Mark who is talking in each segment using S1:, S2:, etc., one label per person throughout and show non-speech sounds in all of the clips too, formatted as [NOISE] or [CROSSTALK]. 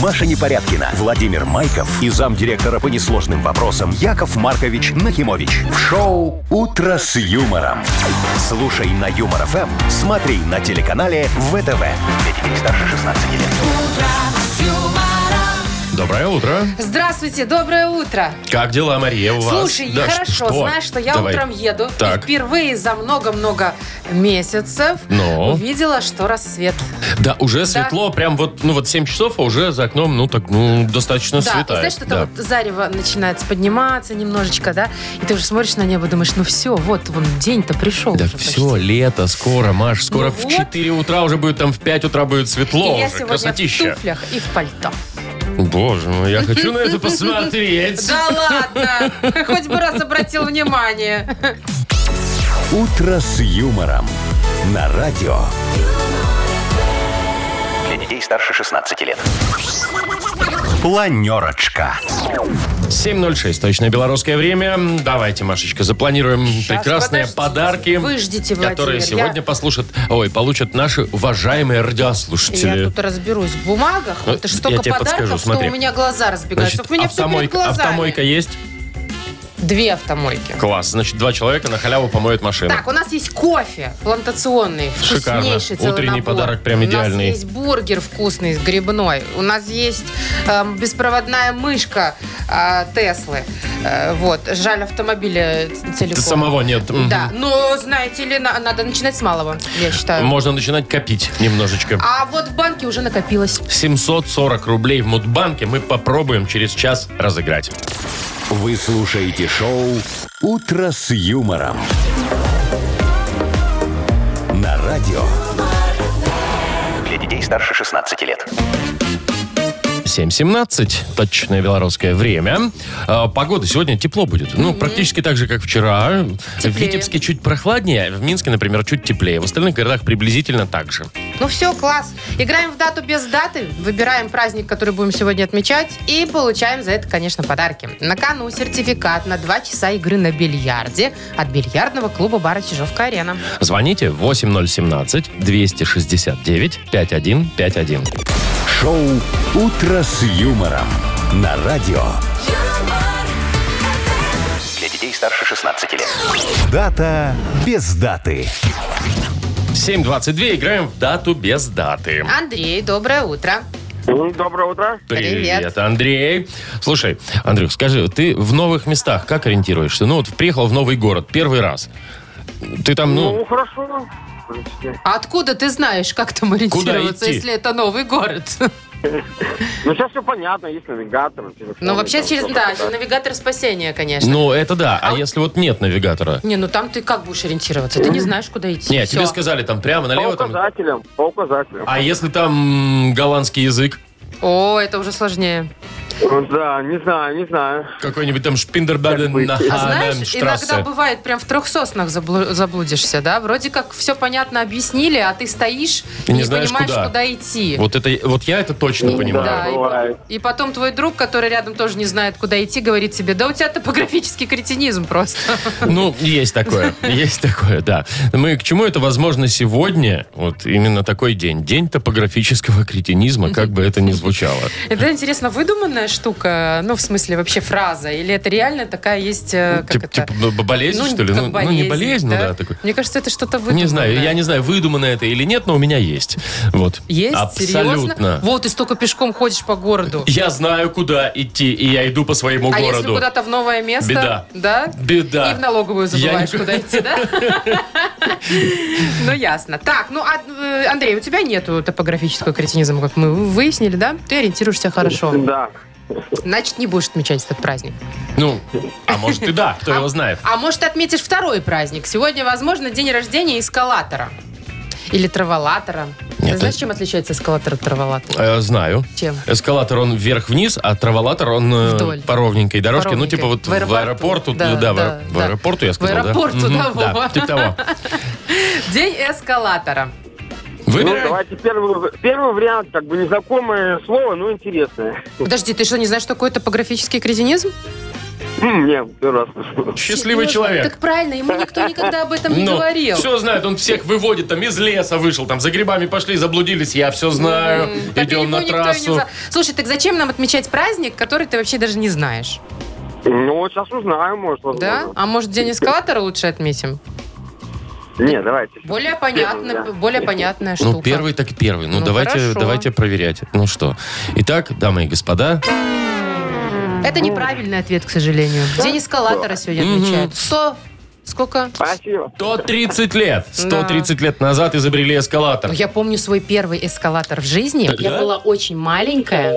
S1: Маша Непорядкина, Владимир Майков и замдиректора по несложным вопросам Яков Маркович Нахимович. В шоу «Утро с юмором». Слушай на Юмор ФМ, смотри на телеканале ВТВ. Для детей старше 16 лет.
S2: Доброе утро.
S3: Здравствуйте, доброе утро.
S2: Как дела, Мария, у вас?
S3: Слушай,
S2: Да,
S3: хорошо,
S2: что?
S3: знаешь, что я
S2: Давай.
S3: утром еду
S2: Так.
S3: и впервые за много-много месяцев
S2: Ну?
S3: увидела, что рассвет.
S2: Да, уже светло, прям вот, ну вот 7 часов, а уже за окном, ну так, ну, достаточно
S3: да, и
S2: светает.
S3: знаешь, что-то
S2: да.
S3: вот зарево начинает подниматься немножечко, да? И ты уже смотришь на небо, думаешь, ну все, вот вон день-то пришел
S2: Да
S3: уже
S2: все,
S3: почти.
S2: лето скоро, Маш, скоро
S3: Ну
S2: в
S3: вот.
S2: 4 утра уже будет, там в 5 утра будет светло
S3: И я
S2: уже,
S3: сегодня в
S2: красотища.
S3: туфлях и в пальто.
S2: Боже мой, я хочу на это посмотреть.
S3: [LAUGHS] Да ладно! Хоть бы раз обратил внимание.
S1: «Утро с юмором» на радио. Для детей старше 16 лет. Планерочка.
S2: 7.06, точное белорусское время. Давайте, Машечка, запланируем прекрасные
S3: подождите.
S2: подарки,
S3: Вы ждите,
S2: которые
S3: Владимир,
S2: сегодня
S3: я-
S2: получат, ой, получат наши уважаемые
S3: Я
S2: радиослушатели.
S3: тут разберусь в бумагах.
S2: Ну,
S3: Это ж
S2: я
S3: столько
S2: тебе подскажу,
S3: подарков, что
S2: смотри.
S3: у меня глаза разбегаются.
S2: Значит,
S3: у меня все перед
S2: автомойка,
S3: глазами.
S2: автомойка есть?
S3: Две автомойки.
S2: Класс. Значит, два человека на халяву помоют машину.
S3: Так, у нас есть кофе плантационный,
S2: Шикарно.
S3: вкуснейший целый
S2: Утренний
S3: набор.
S2: подарок прям идеальный.
S3: У нас есть бургер вкусный с грибной. У нас есть эм, беспроводная мышка э, Теслы. Э, вот, жаль автомобиля целиком.
S2: Ты самого нет. Мгм.
S3: Да, но знаете ли, на- надо начинать с малого, я считаю.
S2: Можно начинать копить немножечко.
S3: А вот в банке уже накопилось.
S2: 740 рублей в Мудбанке мы попробуем через час разыграть.
S1: Вы слушаете шоу «Утро с юмором» на радио. Для детей старше 16 лет.
S2: 7.17, точное белорусское время. А, Погода сегодня тепло будет. Ну, практически так же, как вчера. В
S3: Теплее.
S2: Витебске чуть прохладнее, в Минске, например, чуть теплее. В остальных городах приблизительно так же.
S3: Ну все, класс. Играем в дату без даты, выбираем праздник, который будем сегодня отмечать, и получаем за это, конечно, подарки. На кону сертификат на 2 часа игры на бильярде от бильярдного клуба бара «Чижовка-арена».
S2: Звоните 8017-269-5151.
S1: Шоу «Утро с юмором» на радио. Для детей старше 16 лет. Дата без даты.
S2: 7.22, играем в дату без даты.
S3: Андрей, доброе утро.
S4: М, Ну, Доброе утро.
S2: Привет.
S3: Привет.
S2: Андрей. Слушай, Андрюх, скажи, ты в новых местах как ориентируешься? Ну вот приехал в новый город первый раз. Ты там,
S4: Ну,
S2: ну,
S4: хорошо. В принципе.
S3: А откуда ты знаешь, как там ориентироваться,
S2: идти?
S3: если это новый город?
S4: Ну, сейчас все понятно, есть навигатор. телефон,
S3: Ну, вообще,
S4: там
S3: через
S4: что-то
S3: да,
S4: такое.
S3: навигатор спасения, конечно.
S2: ну это да. А если вот нет навигатора?
S3: Не, ну там ты как будешь ориентироваться? Ты не знаешь, куда идти.
S2: Нет, тебе
S3: Всё.
S2: сказали там прямо
S4: По
S2: налево. Там...
S4: указателям, по указателям.
S2: А если там м, голландский язык?
S3: О, это уже сложнее.
S4: Ну, Да, не знаю, не знаю.
S2: Какой-нибудь там Шпиндербаден на
S3: А знаешь, иногда
S2: Ханенштрассе.
S3: бывает, прям в трех соснах заблу- заблудишься, да? Вроде как все понятно объяснили, а ты стоишь
S2: И
S3: и
S2: не
S3: не,
S2: знаешь,
S3: понимаешь,
S2: куда.
S3: куда, идти.
S2: Вот, это, вот я это точно понимаю.
S4: Да. бывает.
S3: и, и потом твой друг, который рядом тоже не знает, куда идти, говорит тебе, да у тебя топографический кретинизм просто.
S2: [LAUGHS] Ну, есть такое, есть такое, да. Мы к чему это возможно сегодня, вот именно такой день, день топографического кретинизма, как бы это ни звучало.
S3: Это, интересно, выдуманная штука, ну, в смысле, вообще фраза, или это реально такая есть, э, как
S2: Тип-
S3: это?
S2: типа, б- болезнь,
S3: Ну,
S2: что ли?
S3: как
S2: Ну, ну, не болезнь, ну да, такой.
S3: Мне кажется, это что-то выдуманное.
S2: Не знаю, я не знаю, выдумано это или нет, но у меня есть. Вот.
S3: Есть?
S2: Абсолютно.
S3: Серьезно? Вот, ты столько пешком ходишь по городу.
S2: Я знаю, куда идти, и я иду по своему
S3: А если
S2: городу.
S3: куда-то в новое место,
S2: Беда.
S3: да?
S2: Беда.
S3: И в налоговую забываешь,
S2: Я не-
S3: куда идти, да? Ну, ясно. Так, ну, а, э, Андрей, у тебя нету топографического кретинизма, как мы выяснили, да? Ты ориентируешься хорошо.
S4: Да.
S3: Значит, не будешь отмечать этот праздник.
S2: Ну, а может и да, кто его знает.
S3: А может, отметишь второй праздник? Сегодня, возможно, день рождения эскалатора. Или траволатора.
S2: Нет,
S3: Ты знаешь,
S2: это-
S3: чем отличается эскалатор от траволатора?
S2: Э, знаю.
S3: Чем?
S2: Эскалатор, он вверх-вниз, а траволатор, он э,
S3: Вдоль.
S2: по ровненькой дорожке. Ну,
S3: Ровненькой.
S2: типа вот в
S3: В аэропорту.
S2: аэропорту.
S3: Да,
S2: да, в
S3: да,
S2: аэро- в
S3: да.
S2: аэропорту, я
S3: В
S2: сказал, да?
S3: аэропорту,
S2: Мгм,
S3: да, Вова.
S2: типа того.
S3: [LAUGHS] День эскалатора.
S4: Ну,
S2: Выбирай.
S4: давайте первый, первый вариант, как бы незнакомое слово, но интересное.
S3: Подожди, ты что, не знаешь, что такое топографический кретинизм?
S4: М, Хм, Не, первый раз слышу.
S2: Счастливый
S3: Серьезно?
S2: человек.
S3: Так правильно, ему никто никогда об этом не
S2: Ну,
S3: говорил.
S2: Все знает, он всех выводит, там из леса вышел, там за грибами пошли, заблудились, я все знаю,
S3: М, так ему
S2: идем на
S3: никто и не
S2: трассу.
S3: за- Слушай, так зачем нам отмечать праздник, который ты вообще даже не знаешь?
S4: Ну, вот сейчас узнаю, может,
S3: Да?
S4: возможно.
S3: А может, день эскалатора лучше отметим?
S4: Не, давайте.
S3: Более понятно,
S4: да.
S3: более понятная штука.
S2: Ну, первый так первый. Ну,
S3: Ну,
S2: давайте,
S3: хорошо.
S2: давайте проверять. Ну что? Итак, дамы и господа,
S3: Это неправильный ответ, к сожалению. День эскалатора сегодня
S2: Мгм.
S3: отмечают. Сто... Сколько?
S4: Спасибо.
S2: 130 лет. 130 лет назад изобрели эскалатор.
S3: Ну, Я помню свой первый эскалатор в жизни.
S2: Тогда?
S3: Я была очень маленькая.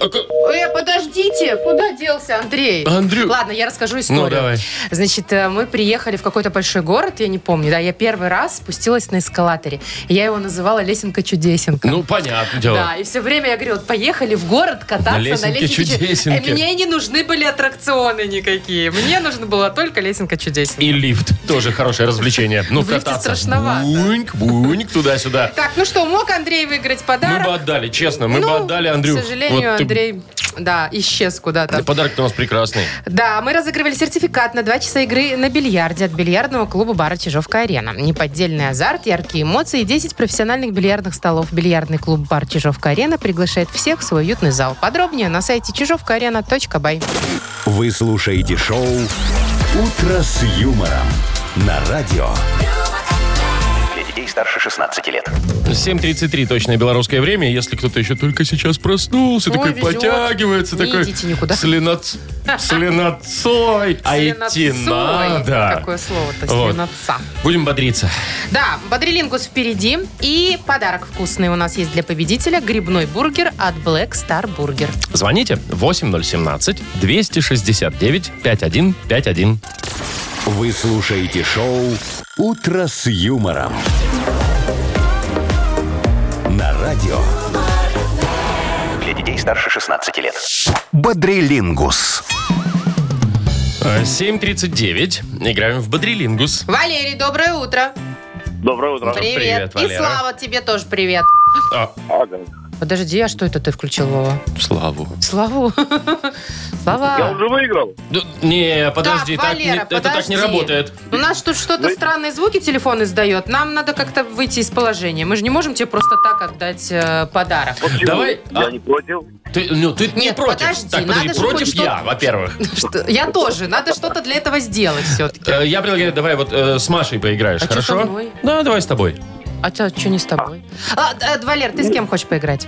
S2: А ка-
S3: Э, подождите, куда делся Андрей?
S2: Андрю-
S3: Ладно, я расскажу историю.
S2: Ну, давай.
S3: Значит, э, мы приехали в какой-то большой город, я не помню, да, я первый раз спустилась на эскалаторе. Я его называла лесенка-чудесенка.
S2: Ну, понятное дело.
S3: Да, и все время я говорила, поехали в город кататься
S2: На
S3: на
S2: лесенке
S3: лесенке-чудесенке.
S2: чудесенке.
S3: Э, Мне не нужны были аттракционы никакие. Мне нужно было только лесенка-чудесенка.
S2: И лифт тоже хорошее развлечение. Ну,
S3: В лифте
S2: кататься.
S3: страшновато.
S2: Буньк, буньк, туда-сюда.
S3: Так, ну что, мог Андрей выиграть подарок?
S2: Мы бы отдали, честно, мы
S3: Ну,
S2: бы отдали Андрюх.
S3: К сожалению,
S2: Вот ты-
S3: Андрей, да, исчез
S2: Да,
S3: куда-то.
S2: Подарок-то у нас прекрасный.
S3: Да, мы разыгрывали сертификат на два часа игры на бильярде от бильярдного клуба бара «Чижовка-арена». Неподдельный азарт, яркие эмоции и 10 профессиональных бильярдных столов. Бильярдный клуб бар «Чижовка-арена» приглашает всех в свой уютный зал. Подробнее на сайте чижовкаарена.бай.
S1: Вы слушаете шоу «Утро с юмором» на радио. Для детей старше 16 лет.
S2: 7.33 точное белорусское время. Если кто-то еще только сейчас проснулся,
S3: Ой,
S2: такой
S3: везет.
S2: потягивается,
S3: Не
S2: такой...
S3: идите никуда.
S2: С, леноц- с
S3: [LAUGHS]
S2: леноцой. А идти надо.
S3: Какое слово-то,
S2: Вот.
S3: слиноца.
S2: Будем бодриться.
S3: Да, Бодрилингус впереди. И подарок вкусный у нас есть для победителя. Грибной бургер от Black Star Burger.
S2: Звоните 8017-269-5151.
S1: Вы слушаете шоу «Утро с юмором» на радио. Для детей старше 16 лет. Бодрилингус.
S2: 7.39. Играем в Бодрилингус.
S3: Валерий, доброе утро.
S4: Доброе утро.
S2: Привет,
S3: Привет.
S2: Валера.
S3: И Слава, тебе тоже привет.
S2: А,
S3: Подожди, а что это ты включил, Вова?
S2: Славу.
S3: Славу.
S4: Я
S3: Слава.
S4: уже выиграл.
S2: Ну, Не, подожди,
S3: так,
S2: так не-
S3: Валера,
S2: это так не
S3: подожди.
S2: работает.
S3: У нас тут что-то
S4: Вы-
S3: странные звуки телефон издает. Нам надо как-то выйти из положения. Мы же не можем тебе просто так отдать э,
S2: [LAUGHS]
S3: подарок.
S4: Почему?
S2: Давай,
S4: Я
S2: а-
S4: не против.
S2: Ты, ну, ты не
S3: Нет,
S2: против.
S3: подожди,
S2: так,
S3: надо
S2: подожди,
S3: же
S2: против
S3: хоть
S2: я,
S3: что- [LAUGHS]
S2: во-первых.
S3: Что- Я тоже. Надо что-то для этого сделать все-таки.
S2: Э, Я предлагаю, давай вот э, с Машей поиграешь,
S3: А чё
S2: хорошо?
S3: со мной?
S2: Да, давай с тобой.
S3: А что не с тобой? А, э, Валер, ты с кем хочешь поиграть?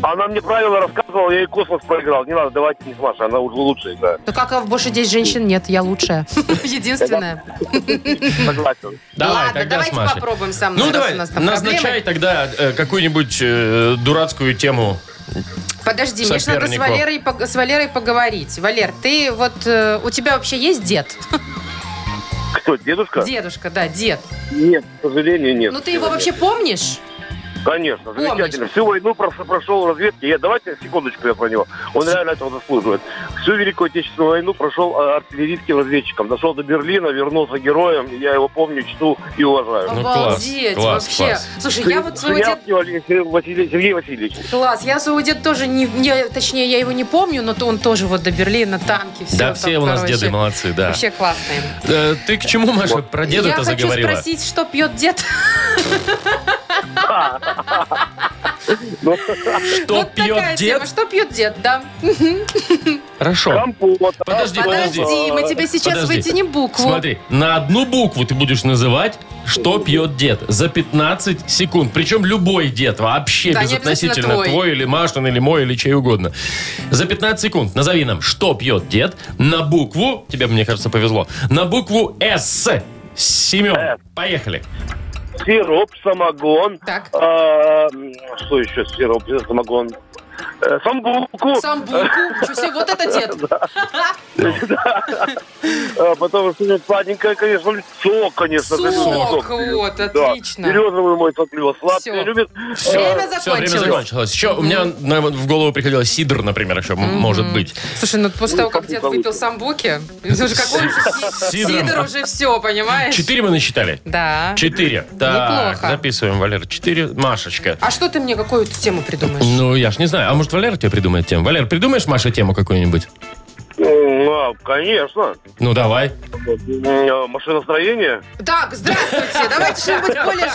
S4: Она мне правила рассказывала, я ей космос проиграл. Не надо, давайте не с Машей, она уже лучше
S2: [LAUGHS]
S4: играет.
S3: Ну как, а в больше 10 женщин нет, я лучшая. [LAUGHS] Единственная.
S4: Согласен.
S2: Давай,
S3: Ладно,
S2: тогда
S3: давайте
S2: с Машей.
S3: попробуем со мной,
S2: Ну
S3: раз
S2: давай,
S3: у нас там
S2: назначай
S3: проблемы.
S2: тогда э, какую-нибудь э, дурацкую тему.
S3: Подожди, мне же надо с
S2: сопернику.
S3: Валерой, пог- с Валерой поговорить. Валер, ты вот, э, у тебя вообще есть дед?
S4: Кто, дедушка?
S3: Дедушка, да, дед.
S4: Нет, к сожалению, нет.
S3: Ну ты его вообще помнишь?
S4: Конечно, замечательно. Всю войну прос- прошел в разведке. Я, давайте секундочку я про него. Он реально этого заслуживает. Всю Великую Отечественную войну прошел э, артиллерийским разведчиком. Дошел до Берлина, вернулся героем. Я его помню, чту и уважаю.
S2: Ну, класс,
S3: Обалдеть,
S2: класс,
S3: вообще.
S2: класс.
S3: Слушай, А, я вот своего деда...
S4: Свинявский Валерий- Сергей Василий- Сергей Васильевич.
S3: Класс, я своего деда тоже не, не- Точнее, я его не помню, но то он тоже вот до Берлина, танки, все.
S2: да,
S3: там,
S2: все у нас
S3: короче,
S2: деды молодцы, да.
S3: Вообще классные.
S2: Э, ты к чему, Маша, про
S3: я
S2: деда-то
S3: хочу
S2: заговорила?
S3: спросить, что пьет дед?
S4: Ну,
S2: Что
S3: вот
S2: пьет
S3: такая
S2: дед?
S3: тема. Что пьет дед, да.
S2: Хорошо.
S4: компот.
S2: Подожди, подожди.
S3: Подожди, мы тебе сейчас
S2: Подожди.
S3: вытянем букву.
S2: Смотри, на одну букву ты будешь называть, что пьет дед за 15 секунд. Причем любой дед, вообще
S3: Да, не
S2: безотносительно
S3: обязательно
S2: твой.
S3: твой.
S2: или Машин, или мой, или чей угодно. За 15 секунд назови нам, что пьет дед на букву, тебе, мне кажется, повезло, на букву «С». Семен,
S4: «С».
S2: поехали.
S4: Сироп, самогон.
S3: Так.
S4: А, м, что еще сироп, самогон? Э, Самбуку.
S3: Самбуку. Ничего себе, вот это
S2: [LAUGHS]
S3: дед.
S4: А, Потом что-нибудь сладенькое, конечно, сок, конечно.
S3: Сок,
S4: конечно,
S3: вот,
S4: Да.
S3: отлично.
S4: Березовый мой сок любил, сладкий
S3: Всё.
S4: любит. Э,
S3: Время
S2: Все, время
S3: закончилось.
S2: закончилось. Еще у меня на- в голову приходило сидр, например, еще м- может быть.
S3: Слушай, ну после того, как
S4: как-нибудь
S3: дед
S4: получится.
S3: выпил самбуки, это уже какой он же
S2: [LAUGHS]
S3: си-
S2: Сидором.
S3: сидор уже все, понимаешь?
S2: Четыре мы насчитали.
S3: Да.
S2: Четыре. Так,
S3: Э. Неплохо.
S2: записываем, Валер. Четыре. Машечка.
S3: А что ты мне какую-то тему придумаешь?
S2: Ну, я ж не знаю. А может, Валера тебе придумает тему? Валер, придумаешь, Маша, тему какую-нибудь?
S4: М, а, конечно.
S2: Ну, давай.
S4: М, а, Машиностроение.
S3: Так, здравствуйте. Давайте что-нибудь более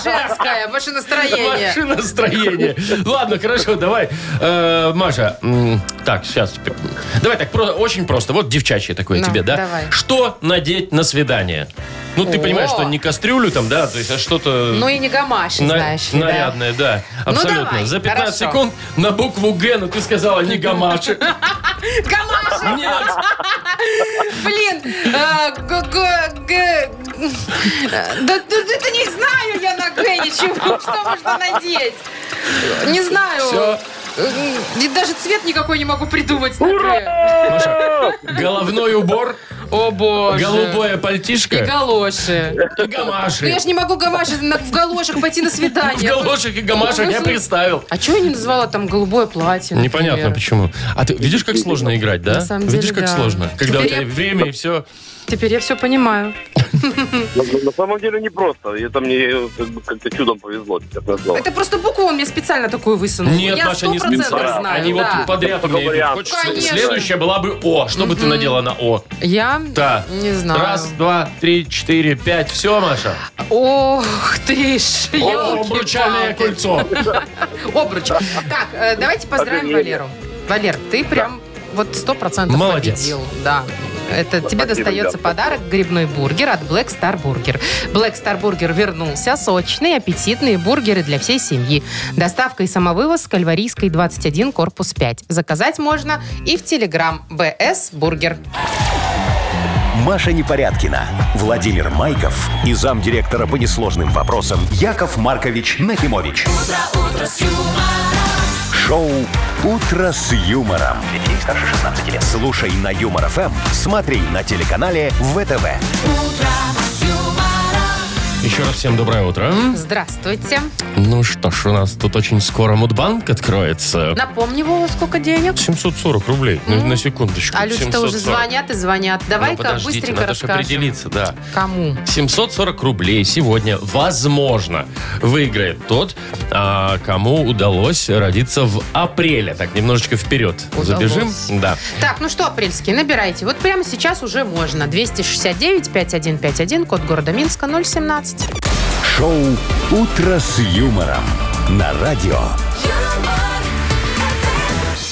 S2: [LAUGHS]
S3: женское. Машиностроение.
S2: Машиностроение. Ладно, хорошо, давай. Э, Маша, м, так, сейчас. Давай так, про- очень просто. Вот девчачье такое
S3: Ну,
S2: тебе, да?
S3: давай.
S2: Что надеть на свидание? Ну, ты
S3: О.
S2: понимаешь, что не кастрюлю там, да, то есть, а что-то...
S3: Ну и не гамаш,
S2: на-
S3: знаешь. ли, да.
S2: нарядное, да.
S3: Ну,
S2: Абсолютно.
S3: давай,
S2: За 15
S3: хорошо.
S2: секунд на букву Г, но ты сказала не
S3: [LAUGHS]
S2: гамаши.
S3: Гамаши!
S2: Нет.
S3: [LAUGHS] Блин! э, г- г- г- Да да- да не знаю я на Г ничего. [LAUGHS] Что можно надеть? Не
S2: Всё.
S3: знаю. Э, И даже цвет никакой не могу придумать на Г.
S2: Маша, головной убор,
S3: О боже.
S2: голубое
S3: И
S2: пальтишко
S3: галоши.
S2: и
S3: Ну,
S2: гамаши.
S3: я ж не могу гамаши на- в галошах пойти на
S2: В
S3: свидание.
S2: галошах и гамашах я представил.
S3: А чего я не назвала там голубое платье?
S2: Непонятно
S3: например?
S2: почему. А ты видишь, как сложно играть, да?
S3: На самом
S2: видишь,
S3: деле,
S2: как
S3: да.
S2: сложно. Когда у
S3: Теперь
S2: тебя
S3: я-
S2: время и все.
S3: Теперь я все понимаю.
S4: На, на самом деле непросто. Это мне э, как бы как-то чудом повезло, честно слово.
S3: Это просто букву он мне специально такую высунул.
S2: Нет,
S3: Ну, я
S2: Маша, не
S3: 100%
S2: специально.
S3: знаю,
S2: Они
S3: да.
S2: вот подряд у меня идут.
S4: Вариант.
S2: Хочешь,
S3: Конечно.
S2: следующая была бы О. Что бы ты надела на О?
S3: Я
S2: Да.
S3: не знаю.
S2: Раз, два, три, четыре, пять. Все, Маша.
S3: Ох ты ж,
S2: О,
S3: ёлки-палки.
S2: обручальное кольцо.
S3: Обруч. Так, э, давайте поздравим
S4: Ожерелье.
S3: Валеру. Валер, ты прям вот сто процентов
S2: Молодец.
S3: победил. Да. Это тебе
S4: Спасибо,
S3: достается
S4: ребят.
S3: подарок грибной бургер от Black Star Burger. Black Star Burger вернулся. Сочные, аппетитные бургеры для всей семьи. Доставка и самовывоз с Кальварийской 21, корпус 5. Заказать можно и в Telegram BS Бургер.
S1: Маша Непорядкина, Владимир Майков и замдиректора по несложным вопросам Яков Маркович Нахимович. Шоу Утро с юмором. Для детей старше 16 лет. Слушай на юмор ФМ, смотри на телеканале ВТВ.
S2: Еще раз всем доброе утро.
S3: Здравствуйте.
S2: Ну что ж, у нас тут очень скоро Мудбанк откроется.
S3: Напомню, Вова, сколько денег?
S2: 740 рублей, Ну, на, на секундочку.
S3: А люди-то уже
S2: 740.
S3: звонят и звонят.
S2: Ну,
S3: Давай-ка
S2: подождите,
S3: быстренько
S2: надо же
S3: расскажем.
S2: определиться, да.
S3: Кому?
S2: 740 рублей сегодня, возможно, выиграет тот, а, кому удалось родиться в апреле. Так, немножечко вперед
S3: Удалось.
S2: забежим. Да.
S3: Так, ну что, апрельские, набирайте. Вот прямо сейчас уже можно. 269-5151, код города Минска, 017.
S1: Шоу Утро с юмором на радио.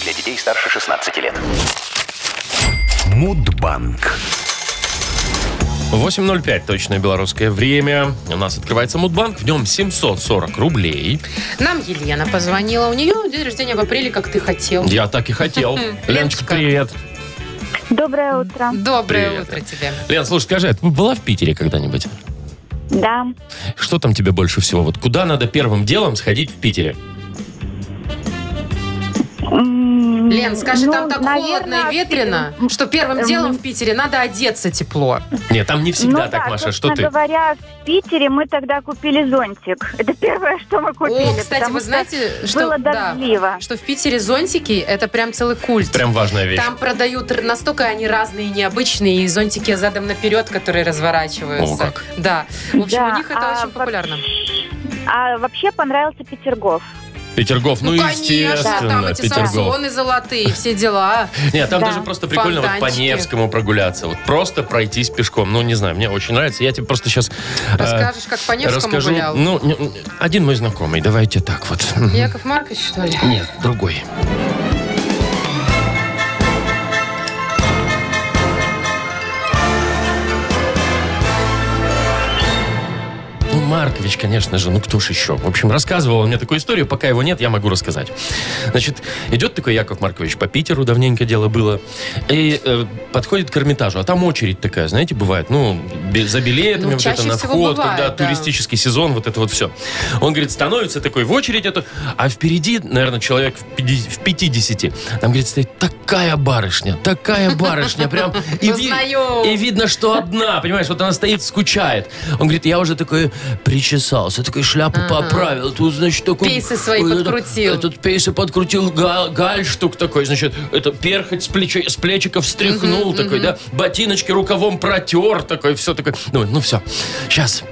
S1: Для детей старше 16 лет. Мудбанк.
S2: 8.05 точное белорусское время. У нас открывается Мудбанк, в нем 740 рублей.
S3: Нам Елена позвонила. У нее день рождения в апреле, как ты хотел.
S2: Я так и
S3: [LAUGHS]
S2: хотел. Леночка,
S3: Леночка.
S2: привет.
S5: Доброе утро.
S3: Доброе
S2: Привет.
S3: утро тебе.
S2: Лен, слушай, скажи, а ты была в Питере когда-нибудь?
S5: Да,
S2: Что там тебе больше всего? Вот куда надо первым делом сходить в Питере?
S3: Лен, скажи, там так холодно
S5: Ну, наверное, Эм.
S3: и ветрено, что первым
S5: м,
S3: делом в Питере надо одеться тепло.
S2: Нет, там не всегда
S5: ну,
S2: так,
S5: да,
S2: Маша. Что
S5: собственно
S2: ты?
S5: говоря, в Питере мы тогда купили зонтик. [LAUGHS] Это первое, что мы купили.
S3: О, кстати,
S5: потому
S3: вы
S5: что
S3: знаете, что,
S5: было
S3: да,
S5: дождливо.
S3: что в Питере зонтики – это прям целый культ.
S2: Прям важная вещь.
S3: Там продают р- настолько они разные, необычные, и зонтики задом наперед, которые разворачиваются.
S2: О, как. Ну,
S3: Да. В общем,
S5: Да,
S3: у них это
S5: а
S3: очень популярно.
S5: А вообще понравился Петергоф.
S2: Петергоф, ну, естественно,
S3: там эти
S2: Петергоф.
S3: самсоны золотые, все
S2: [LAUGHS]
S3: дела.
S2: Нет, там
S5: Да.
S2: даже просто прикольно вот по
S3: Фонтанчики.
S2: Невскому прогуляться. Вот просто пройтись пешком. Ну, не знаю, мне очень нравится. Я тебе просто сейчас
S3: Расскажешь, как по Невскому
S2: расскажу.
S3: гулял?
S2: Ну, не- один мой знакомый, давайте так вот.
S3: Яков Маркович, что ли?
S2: Нет, другой. Ну, Маркович, конечно же, ну кто ж еще? В общем, рассказывал он мне такую историю, пока его нет, я могу рассказать. Значит, идет такой Яков Маркович по Питеру, давненько дело было, и э, подходит к Эрмитажу, а там очередь такая, знаете, бывает, ну, бе- за билетами,
S3: Ну,
S2: вот это
S3: чаще
S2: на
S3: всего
S2: вход,
S3: бывает,
S2: когда
S3: да.
S2: туристический туристический сезон, вот это вот все. Он говорит, становится такой в очередь эту, а впереди, наверное, человек в пяти- в 50. Там, говорит, стоит такая барышня, такая барышня, прям. И, ви-
S3: Узнаю.
S2: и видно, что одна, понимаешь, вот она стоит, скучает. Он говорит, я уже такой причесался, такой шляпу поправил, тут, значит, такой...
S3: Пейсы свои
S2: этот-
S3: подкрутил.
S2: Этот пейсы подкрутил, га- гальштук такой, значит, это перхоть с, плече- с плечика встряхнул такой, да, ботиночки рукавом протер такой, все такое. Думаю, ну все, сейчас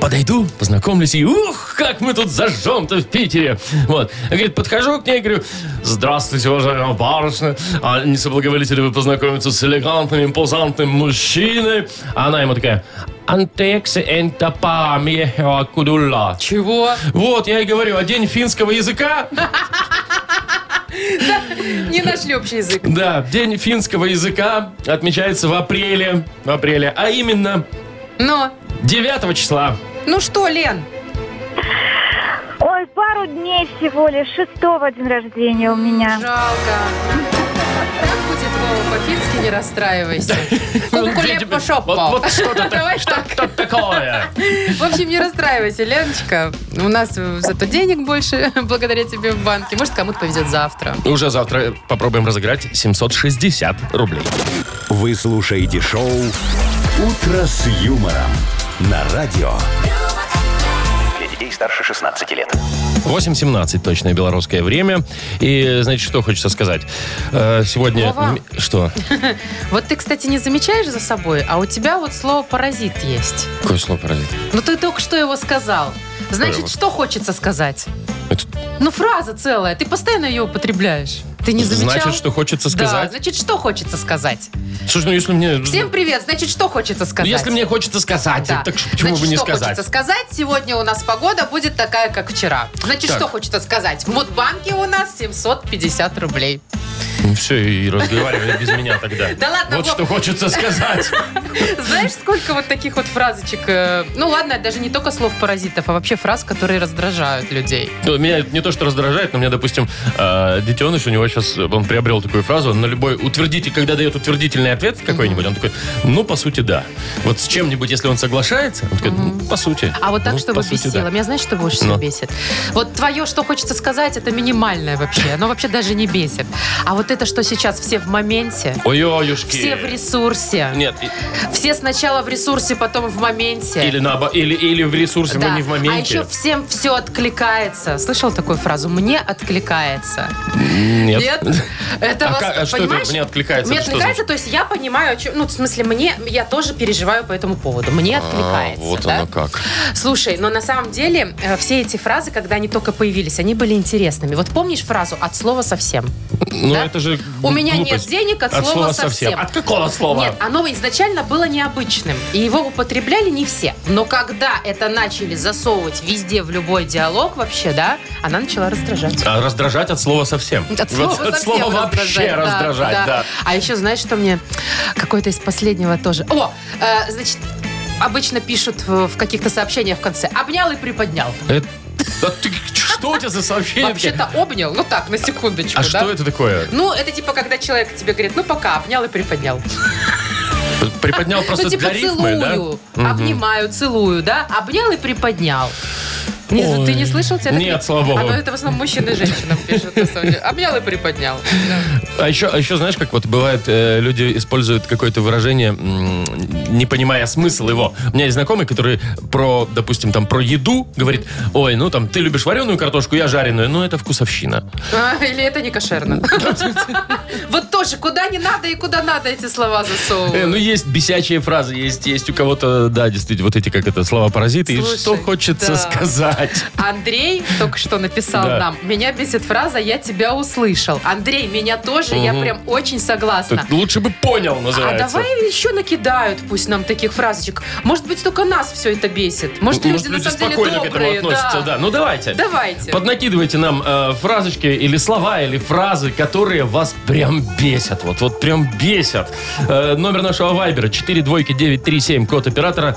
S2: подойду, познакомлюсь и ух, как мы тут зажжем-то в Питере? Вот. Я, Говорит, подхожу к ней, говорю, здравствуйте, уважаемая барышня. А не соблаговолите ли вы познакомиться с элегантным, импозантным мужчиной? А она ему такая, антекс энтопами кудула.
S3: Чего?
S2: Вот, я и говорю, а день финского [LAUGHS] языка?
S3: Не нашли общий язык.
S2: Да, день финского языка отмечается в апреле, в апреле, а именно
S3: Но,
S2: 9 числа.
S3: ну что, Лен,
S5: Ой, пару дней всего лишь. Шестого день рождения у меня.
S3: жалко. Так будет, Вова, по-фински не расстраивайся. Кукуле по шопу.
S2: Вот, вот что-то,
S3: Давай
S2: так, что-то такое.
S3: В общем, не расстраивайся, Леночка. У нас э, зато денег больше [LAUGHS] благодаря тебе в банке. Может, кому-то повезет завтра.
S2: [LAUGHS] Уже завтра попробуем разыграть 760 рублей.
S1: Вы слушаете шоу «Утро с юмором» на радио. Для детей старше 16 лет.
S2: 8.17 точное белорусское время. И, знаете, что хочется сказать? Э, Сегодня...
S3: Вова.
S2: м, Что?
S3: Вот ты, кстати, не замечаешь за собой, а у тебя вот слово «паразит» есть.
S2: Какое слово паразит?
S3: Ну ты только что его сказал.
S2: Что его?
S3: Значит, что хочется сказать?
S2: Это-
S3: Ну, фраза целая. Ты постоянно ее употребляешь. Ты не замечал?
S2: Значит, что хочется
S3: Да,
S2: сказать?
S3: значит, что хочется сказать?
S2: Слушай, ну если мне... ну,
S3: Всем привет, значит, что хочется сказать?
S2: Если мне хочется сказать,
S3: Да.
S2: А так что- почему
S3: Значит,
S2: бы не
S3: что
S2: сказать?
S3: хочется сказать? Сегодня у нас погода будет такая, как вчера. Значит,
S2: Так.
S3: что хочется сказать? В Мудбанке у нас 750 рублей.
S2: Все, Ну, и разговаривай без меня тогда.
S3: Да ладно,
S2: Вот
S3: Вов.
S2: что хочется сказать.
S3: Знаешь, сколько вот таких вот фразочек? э, Ну ладно, даже не только слов паразитов, а вообще фраз, которые раздражают людей.
S2: Ну, Меня это не то, что раздражает, но меня, допустим, э, детеныш, у него сейчас, он приобрел такую фразу, он на любой утвердитель, когда дает утвердительный ответ какой-нибудь, он такой, ну, по сути, да. Вот с чем-нибудь, если он соглашается, он такой, ну, по сути.
S3: А вот так,
S2: Ну, по
S3: чтобы
S2: сути,
S3: бесило.
S2: да.
S3: Меня знаешь, что больше всего
S2: Ну.
S3: бесит? Вот твое, что хочется сказать, это минимальное вообще. Оно вообще даже не бесит. А вот это, что сейчас все в моменте,
S2: Ой-ой-юшки.
S3: все в ресурсе.
S2: Нет, и-
S3: Все сначала в ресурсе, потом в моменте.
S2: или, наобо- или, или в ресурсе,
S3: Да.
S2: но не в
S3: А
S2: моменте.
S3: еще всем все откликается. Слышал такую фразу? Мне откликается.
S2: Нет. [LAUGHS]
S3: Это
S2: А
S3: вас-
S2: как- а что это
S3: понимаешь?
S2: «мне откликается»?
S3: Мне
S2: Это что
S3: откликается, то есть я понимаю, о чём- ну, в смысле, мне, я тоже переживаю по этому поводу. Мне
S2: А,
S3: откликается.
S2: вот
S3: да?
S2: оно как.
S3: Слушай, но на самом деле э, все эти фразы, когда они только появились, они были интересными. Вот помнишь фразу «от слова совсем»?
S2: Ну,
S3: Да?
S2: это же
S3: У меня нет
S2: глупость.
S3: денег, от слова совсем.
S2: От какого слова?
S3: Нет, а- оно изначально было необычным, и его употребляли не все. Но когда это начали засовывать везде в любой диалог вообще, да, она начала раздражать.
S2: А, раздражать от слова совсем.
S3: От слова,
S2: Вот от
S3: совсем
S2: слова вообще
S3: да,
S2: раздражать, да.
S3: А еще знаешь, что мне какой-то из последнего тоже. О, э, значит, обычно пишут в, в каких-то сообщениях в конце «обнял и приподнял».
S2: Это- Да ты- что у тебя за сообщение? такие?
S3: Вообще-то обнял, ну так, на секундочку,
S2: А
S3: да?
S2: что это такое?
S3: Ну, это типа, когда человек тебе говорит, ну пока, обнял и приподнял.
S2: Приподнял просто
S3: ну, типа,
S2: для рифмы, да?
S3: целую, обнимаю, целую, да? Обнял и приподнял. Не,
S2: Ой.
S3: ты не слышал тебя? так
S2: Нет,
S3: не-
S2: слава богу.
S3: А, ну, это в основном мужчины и женщинам пишут, на самом деле. Обнял и приподнял. Да.
S2: А еще, а еще знаешь, как вот бывает, э, люди используют какое-то выражение, м, не понимая смысл его. У меня есть знакомый, который про, допустим, там про еду говорит, ой, ну там ты любишь вареную картошку, я жареную, ну это вкусовщина.
S3: А, Или это не кошерно. [LAUGHS] Вот тоже, куда не надо и куда надо эти
S2: Э,
S3: слова
S2: ну
S3: засовывать.
S2: есть бесячие фразы, есть, есть у кого-то, да, действительно, вот эти как это слова паразиты. и
S3: Слушай,
S2: что хочется
S3: да.
S2: сказать?
S3: Андрей только что написал
S2: Да.
S3: нам, меня бесит фраза «я тебя услышал». Андрей, меня тоже, я прям очень согласна.
S2: Тут лучше бы понял,
S3: А
S2: называется.
S3: давай еще накидают пусть нам таких фразочек. Может быть, только нас все это бесит. Может,
S2: Ну, Может,
S3: люди, на самом деле
S2: спокойно к этому
S3: добрые.
S2: относятся, да. Ну давайте.
S3: Давайте.
S2: Поднакидывайте нам э, фразочки или слова, или фразы, которые вас прям бесят. Вот, вот прям бесят. Э, номер нашего вайбера 42937, код оператора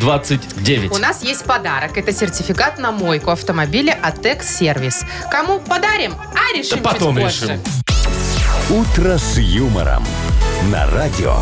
S2: 029.
S3: У нас есть подарок. Это сертификат на мойку автомобиля от Экс-сервис. Кому подарим? А решим
S2: Да потом
S3: чуть
S2: решим.
S3: позже.
S1: «Утро с юмором» на радио.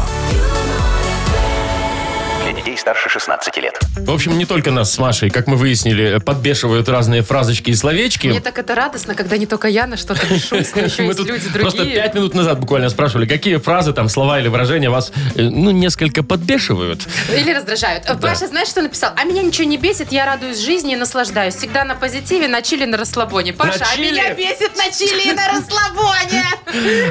S6: Для детей старше 16 лет.
S2: В общем, не только нас с Машей, как мы выяснили, э, подбешивают разные фразочки и словечки.
S3: Мне так это радостно, когда не только я на что-то решусь, но
S2: [LAUGHS]
S3: еще
S2: Мы
S3: есть
S2: тут
S3: люди
S2: просто
S3: другие.
S2: пять минут назад буквально спрашивали, какие фразы, там, слова или выражения вас, э, ну, несколько подбешивают.
S3: Или раздражают. Э, Паша, знаешь, что написал? А меня ничего не бесит, я радуюсь жизни и наслаждаюсь. Всегда на позитиве, на чили, на расслабоне. Паша, а
S2: чиле?
S3: меня бесит на чили и на расслабоне.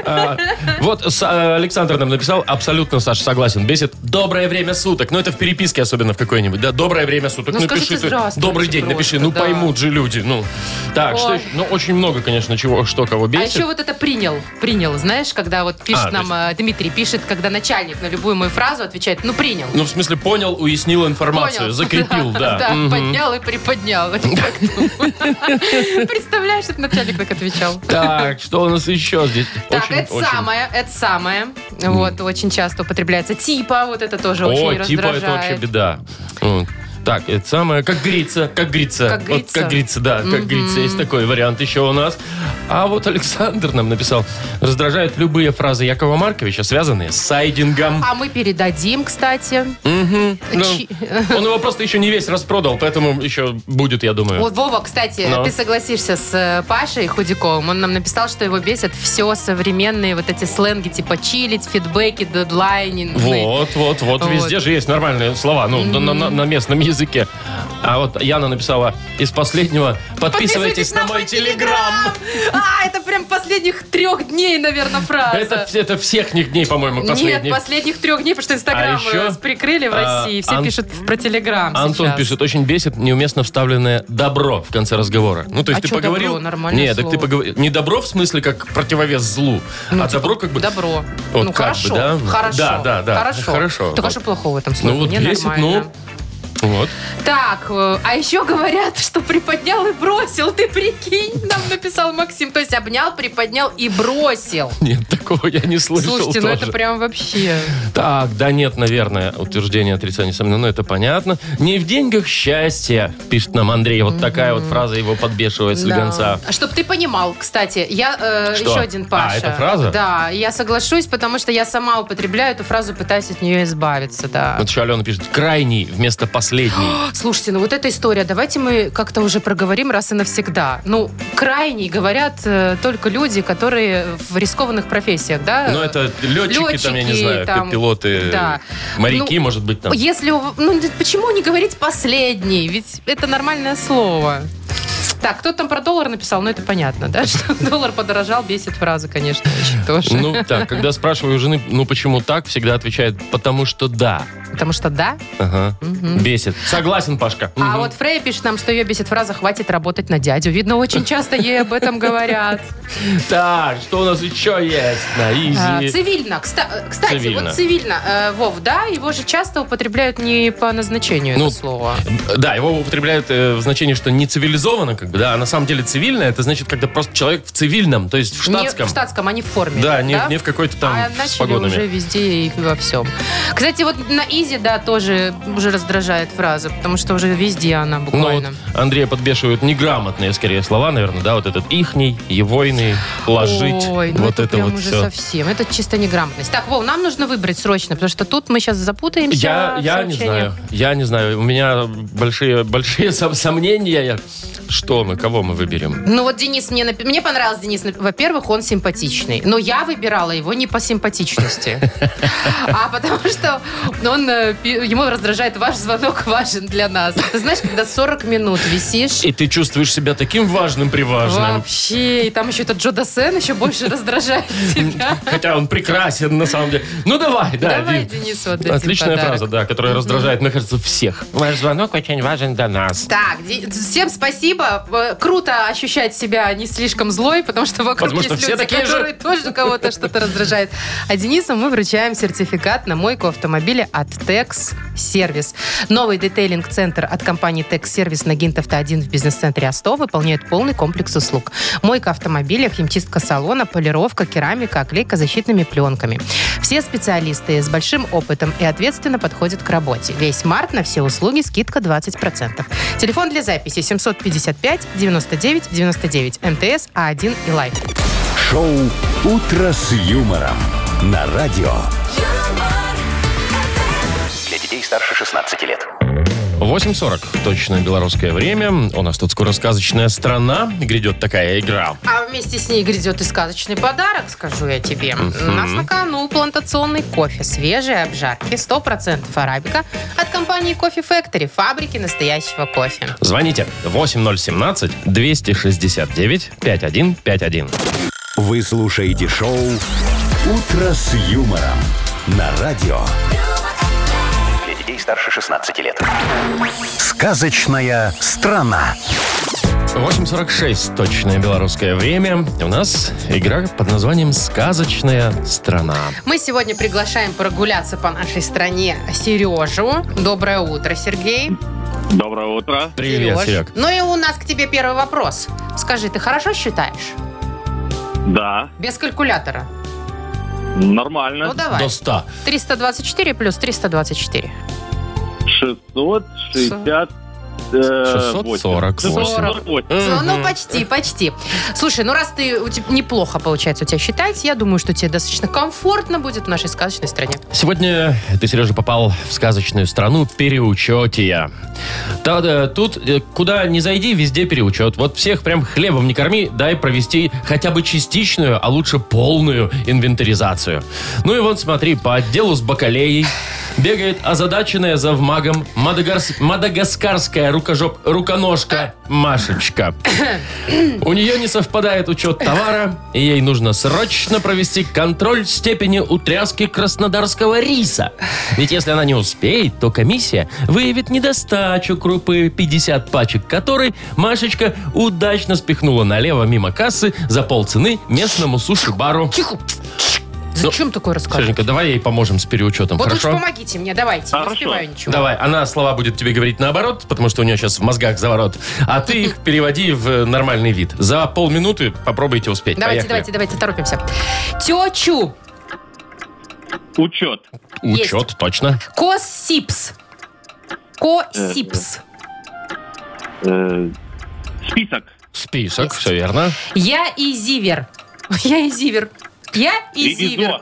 S2: А, Вот С- э, Александр нам написал, абсолютно, Саша, согласен, бесит. Доброе время суток. Но это в переписке, особенно в какой-нибудь, да, доброе время суток.
S3: Ну,
S2: напиши
S3: скажите
S2: ты,
S3: «Здравствуйте»
S2: добрый день, напиши,
S3: просто,
S2: ну
S3: да.
S2: поймут же люди, ну. Так, что
S3: Ой.
S2: еще? Ну, очень много, конечно, чего, что кого
S3: А
S2: бесит.
S3: еще вот это принял. Принял, знаешь, когда вот пишет
S2: А, то
S3: нам э, Дмитрий, пишет, когда начальник на любую мою фразу отвечает, ну принял.
S2: Ну, в смысле, понял, уяснил информацию,
S3: Понял. [LAUGHS]
S2: закрепил, да.
S3: Да,
S2: Мгм.
S3: поднял и приподнял. Это
S2: [LAUGHS]
S3: как тут? Представляешь, этот начальник так отвечал.
S2: Так, что у нас еще здесь?
S3: Так,
S2: Очень-
S3: это
S2: очень-
S3: самое, это самое. Вот, очень часто употребляется. Типа, вот это тоже очень
S2: О, типа, это вообще
S3: раздражает.
S2: беда. Вот. Так, это самое, как грится, как грится.
S3: Как
S2: Вот
S3: грится.
S2: как грится, да, как
S3: Мгм.
S2: грится. Есть такой вариант еще у нас. А вот Александр нам написал, раздражают любые фразы Якова Марковича, связанные с сайдингом.
S3: А мы передадим, кстати.
S2: Мгм. Ну, [LAUGHS]
S3: Чи-
S2: он его просто еще не весь распродал, поэтому еще будет, я думаю.
S3: Вот, Вова, кстати,
S2: Но.
S3: ты согласишься с э, Пашей Худяковым. Он нам написал, что его бесят все современные вот эти сленги, типа чилить, фидбэки, дедлайнинг.
S2: Вот, вот, вот,
S3: Вот.
S2: везде же есть нормальные слова, ну, на- на, на- на местном языке. А вот Яна написала из последнего «Подписывайтесь на мой телеграм».
S3: А, это прям последних трех дней, наверное, фраза.
S2: Это, вс- это всех них дней, по-моему,
S3: Нет,
S2: последних.
S3: последних трех дней, потому что Инстаграм
S2: А еще,
S3: э, прикрыли в
S2: а,
S3: России. Все
S2: Ан-
S3: пишут про Телеграм
S2: А Антон
S3: сейчас.
S2: пишет, очень бесит неуместно вставленное добро в конце разговора. Ну, то есть
S3: А
S2: ты
S3: чё
S2: поговорил...
S3: добро? Нормальное
S2: Нет, так ты
S3: слово.
S2: поговорил... Не добро в смысле, как противовес злу,
S3: Ну,
S2: а
S3: типа,
S2: добро как бы...
S3: Добро.
S2: Вот как бы,
S3: ну, хорошо.
S2: да?
S3: Хорошо.
S2: Да, да, да.
S3: Хорошо.
S2: Хорошо,
S3: Так а
S2: вот.
S3: что плохого в этом слове?
S2: Ну, вот
S3: Мне
S2: бесит,
S3: нормально.
S2: ну... Вот.
S3: Так, э, а еще говорят, [LAUGHS] что приподнял и бросил. Ты прикинь, нам написал Максим. То есть обнял, приподнял и бросил.
S2: Нет, такого я не слышал
S3: Слушайте, ну это
S2: тоже.
S3: прям вообще.
S2: Так, да нет, наверное, утверждение отрицание сомнения, но это понятно. Не в деньгах счастье, пишет нам Андрей. Вот такая вот фраза его подбешивает с легонца.
S3: А Чтоб ты понимал, кстати, я э,
S2: Что?
S3: еще один Паша.
S2: А, это фраза?
S3: Да, я соглашусь, потому что я сама употребляю эту фразу, пытаюсь от нее избавиться, да.
S2: Вот еще Алена пишет, крайний вместо последний.
S3: [GASPS] Слушайте, ну вот эта история, давайте мы как-то уже проговорим раз и навсегда. Ну, крайний говорят э, только люди, которые в рискованных профессиях, да?
S2: Ну, это э, летчики, там, я не
S3: Летчики,
S2: знаю,
S3: там,
S2: пилоты,
S3: да.
S2: моряки,
S3: Ну,
S2: может быть, там.
S3: Если у в- ну д- почему не говорить последний? Ведь это нормальное слово. Так, кто там про доллар написал? Ну, это понятно, да? [LAUGHS] Что доллар подорожал, бесит фраза, конечно, очень тоже.
S2: Ну, так, когда спрашиваю у жены, ну, почему так, всегда отвечает, потому что да.
S3: Потому что да.
S2: Ага. Бесит. Согласен, Пашка.
S3: А
S2: Мгм.
S3: вот Фрей пишет нам, что ее бесит фраза «хватит работать на дядю». Видно, очень часто ей об этом говорят.
S2: Так, что у нас еще есть на
S3: А,
S2: изи?
S3: Цивильно. Кста- э, Кстати,
S2: Цивильно.
S3: вот цивильно. э, Вов, да, его же часто употребляют не по назначению
S2: Ну,
S3: это слово.
S2: Да, его употребляют э, в значении, что не цивилизованно, как бы, да, а на самом деле цивильно, это значит, когда просто человек в цивильном, то есть в штатском.
S3: Не в штатском, а не в форме.
S2: Да, не, не в какой-то там
S3: а
S2: с
S3: начали
S2: погонами.
S3: уже везде и во всем. Кстати, вот на Изи, да, тоже уже раздражает фраза, потому что уже везде она
S2: Ну,
S3: буквально.
S2: вот Андрея подбешивают неграмотные, скорее, слова, наверное, да, вот этот ихний, егойный, ложить,
S3: Ой, ну
S2: вот
S3: это,
S2: это,
S3: прям
S2: вот
S3: уже
S2: все.
S3: совсем. Это чисто неграмотность. Так, Вов, нам нужно выбрать срочно, потому что тут мы сейчас запутаемся.
S2: Я,
S3: в
S2: я не
S3: сообщениях.
S2: знаю, я не знаю, у меня большие, большие сом- сомнения, я- что мы, кого мы выберем.
S3: Ну вот Денис мне напи- мне понравился Денис. нап- Во-первых, он симпатичный, но я выбирала его не по симпатичности, а потому что он э, пи- ему раздражает ваш звонок важен для нас. Ты знаешь, когда 40 минут висишь.
S2: И ты чувствуешь себя таким важным приважным.
S3: Вообще, и там еще этот Джо Дассен еще больше раздражает [LAUGHS] тебя.
S2: Хотя он прекрасен, на самом деле. Ну давай, да.
S3: Давай,
S2: Дим.
S3: Денис, вот дадим
S2: Отличная
S3: подарок.
S2: фраза, да, которая раздражает, мне кажется, всех. Ваш звонок очень важен для нас.
S3: Так, Ди- всем спасибо. Э, Круто ощущать себя не слишком злой, потому что вокруг
S2: Потому что
S3: есть
S2: все
S3: люди,
S2: такие же.
S3: которые тоже кого-то что-то раздражает. А Денису мы вручаем сертификат на мойку автомобиля от Tex Сервис. Новый детейлинг-центр от компании Tex Сервис на Гинтовта 1 в бизнес-центре Асто выполняет полный комплекс услуг. Мойка автомобиля, химчистка салона, полировка, керамика, оклейка защитными пленками. Все специалисты с большим опытом и ответственно подходят к работе. Весь март на все услуги скидка 20%. Телефон для записи 755-99-99 МТС А1 и Лайф.
S1: Шоу «Утро с юмором» на радио.
S6: Для детей старше 16 лет.
S2: 8.40, точное белорусское время. У нас тут скоро сказочная страна. Грядет такая игра.
S3: А вместе с ней грядет и сказочный подарок, скажу я тебе. У нас на кону плантационный кофе свежие обжарки, 100% арабика от компании Coffee Factory, фабрики настоящего кофе.
S2: Звоните 8017-269-5151.
S1: Вы слушаете шоу «Утро с юмором» на радио.
S6: Для детей детей старше 16 лет.
S1: Сказочная страна.
S2: 8.46, точное белорусское время. И У нас игра под названием «Сказочная страна».
S3: Мы сегодня приглашаем прогуляться по нашей стране Сережу. Доброе утро, Сергей.
S7: Доброе утро.
S2: Привет,
S3: Сереж.
S2: Серег.
S3: Ну и у нас к тебе первый вопрос. Скажи, ты хорошо считаешь?
S7: Да,
S3: Без калькулятора. Ну
S7: нормально.
S2: До
S3: давай.
S2: 100.
S3: 324 плюс 324.
S7: 660... э,
S2: 648.
S7: 648.
S3: Всё, Ну, почти, почти. Слушай, ну раз ты у тебя неплохо получается у тебя считать, я думаю, что тебе достаточно комфортно будет в нашей сказочной стране.
S2: Сегодня ты, Сережа, попал в сказочную страну переучетия. Та- да, тут э, куда не зайди, везде переучет. Вот всех прям хлебом не корми, дай провести хотя бы частичную, а лучше полную инвентаризацию. Ну и вот смотри, по отделу с бакалеей бегает озадаченная завмагом мадагарс- мадагаскарская рукожоп, руконожка Машечка. У нее не совпадает учет товара, и ей нужно срочно провести контроль степени утряски краснодарского риса. Ведь если она не успеет, то комиссия выявит недостачу крупы, 50 пачек которой Машечка удачно спихнула налево мимо кассы за полцены местному суши-бару.
S3: Тихо. Зачем такое рассказывать?
S2: Сереженька, давай ей поможем с переучетом,
S3: Вот уж
S2: Ну, хорошо?
S3: помогите мне, давайте. Не
S7: Хорошо.
S3: успеваю ничего.
S2: Давай, она слова будет тебе говорить наоборот, потому что у нее сейчас в мозгах заворот. А ты их переводи в э, нормальный вид. За полминуты попробуйте успеть.
S3: Давайте,
S2: Поехали.
S3: давайте, давайте, торопимся. Течу,
S7: Учет.
S2: Учет, точно.
S3: Коссипс. Коссипс.
S7: Э, Список.
S2: Список, все верно.
S3: Я и Зивер. [LAUGHS] Я и Зивер. Я и Зивер.
S7: Ревизор.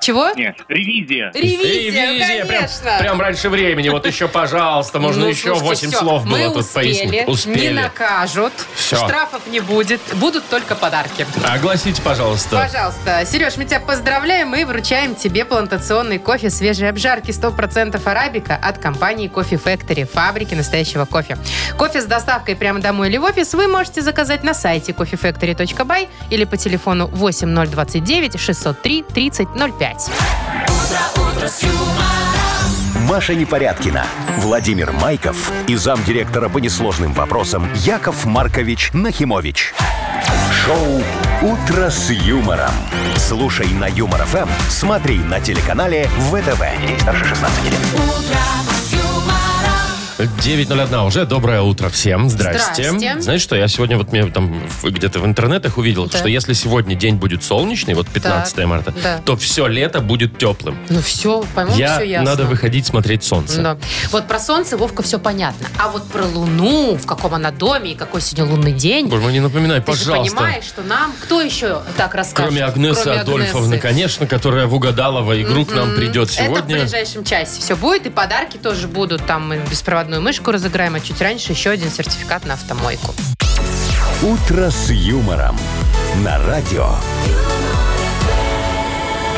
S3: Чего?
S7: Нет, ревизия.
S3: Ревизия,
S2: Ревизия, прям,
S3: конечно.
S2: прям раньше времени. Вот еще, пожалуйста, можно
S3: Ну,
S2: еще
S3: слушайте,
S2: 8
S3: всё,
S2: слов было
S3: мы
S2: тут
S3: успели,
S2: пояснить.
S3: Не
S2: Успели.
S3: накажут.
S2: Всё.
S3: Штрафов не будет. Будут только подарки.
S2: Огласите, пожалуйста.
S3: Пожалуйста, Сереж, мы тебя поздравляем и вручаем тебе плантационный кофе свежей обжарки 100% арабика от компании Кофе Factory, фабрики настоящего кофе. Кофе с доставкой прямо домой или в офис вы можете заказать на сайте coffeefactory.by или по телефону 8029 603 3005.
S1: Маша Непорядкина, Владимир Майков и замдиректора по несложным вопросам Яков Маркович Нахимович. Шоу «Утро с юмором». Слушай на Юмор ФМ, смотри на телеканале ВТВ. Ей старше 16 лет.
S2: 9.01 уже. Доброе утро всем. Здрасте.
S3: Здрасте.
S2: Знаешь что, я сегодня вот мне там в- где-то в интернетах увидел,
S3: Да.
S2: что если сегодня день будет солнечный, вот 15
S3: Так,
S2: марта,
S3: да.
S2: то все лето будет теплым.
S3: Ну все, по-моему,
S2: я
S3: все ясно.
S2: надо выходить смотреть солнце.
S3: Да. Вот про солнце, Вовка, все понятно. А вот про луну, в каком она доме и какой сегодня лунный день,
S2: Боже мой, не напоминай,
S3: ты же
S2: пожалуйста.
S3: понимаешь, что нам кто еще так расскажет?
S2: Кроме Агнесы
S3: Кроме
S2: Адольфовны,
S3: Агнесы.
S2: конечно, которая в Угадалова игру к нам придет
S3: Это в
S2: сегодня.
S3: ближайшем часе все будет, и подарки тоже будут. Там мы беспроводную мышку разыграем, а чуть раньше еще один сертификат на автомойку.
S1: «Утро с юмором» на радио.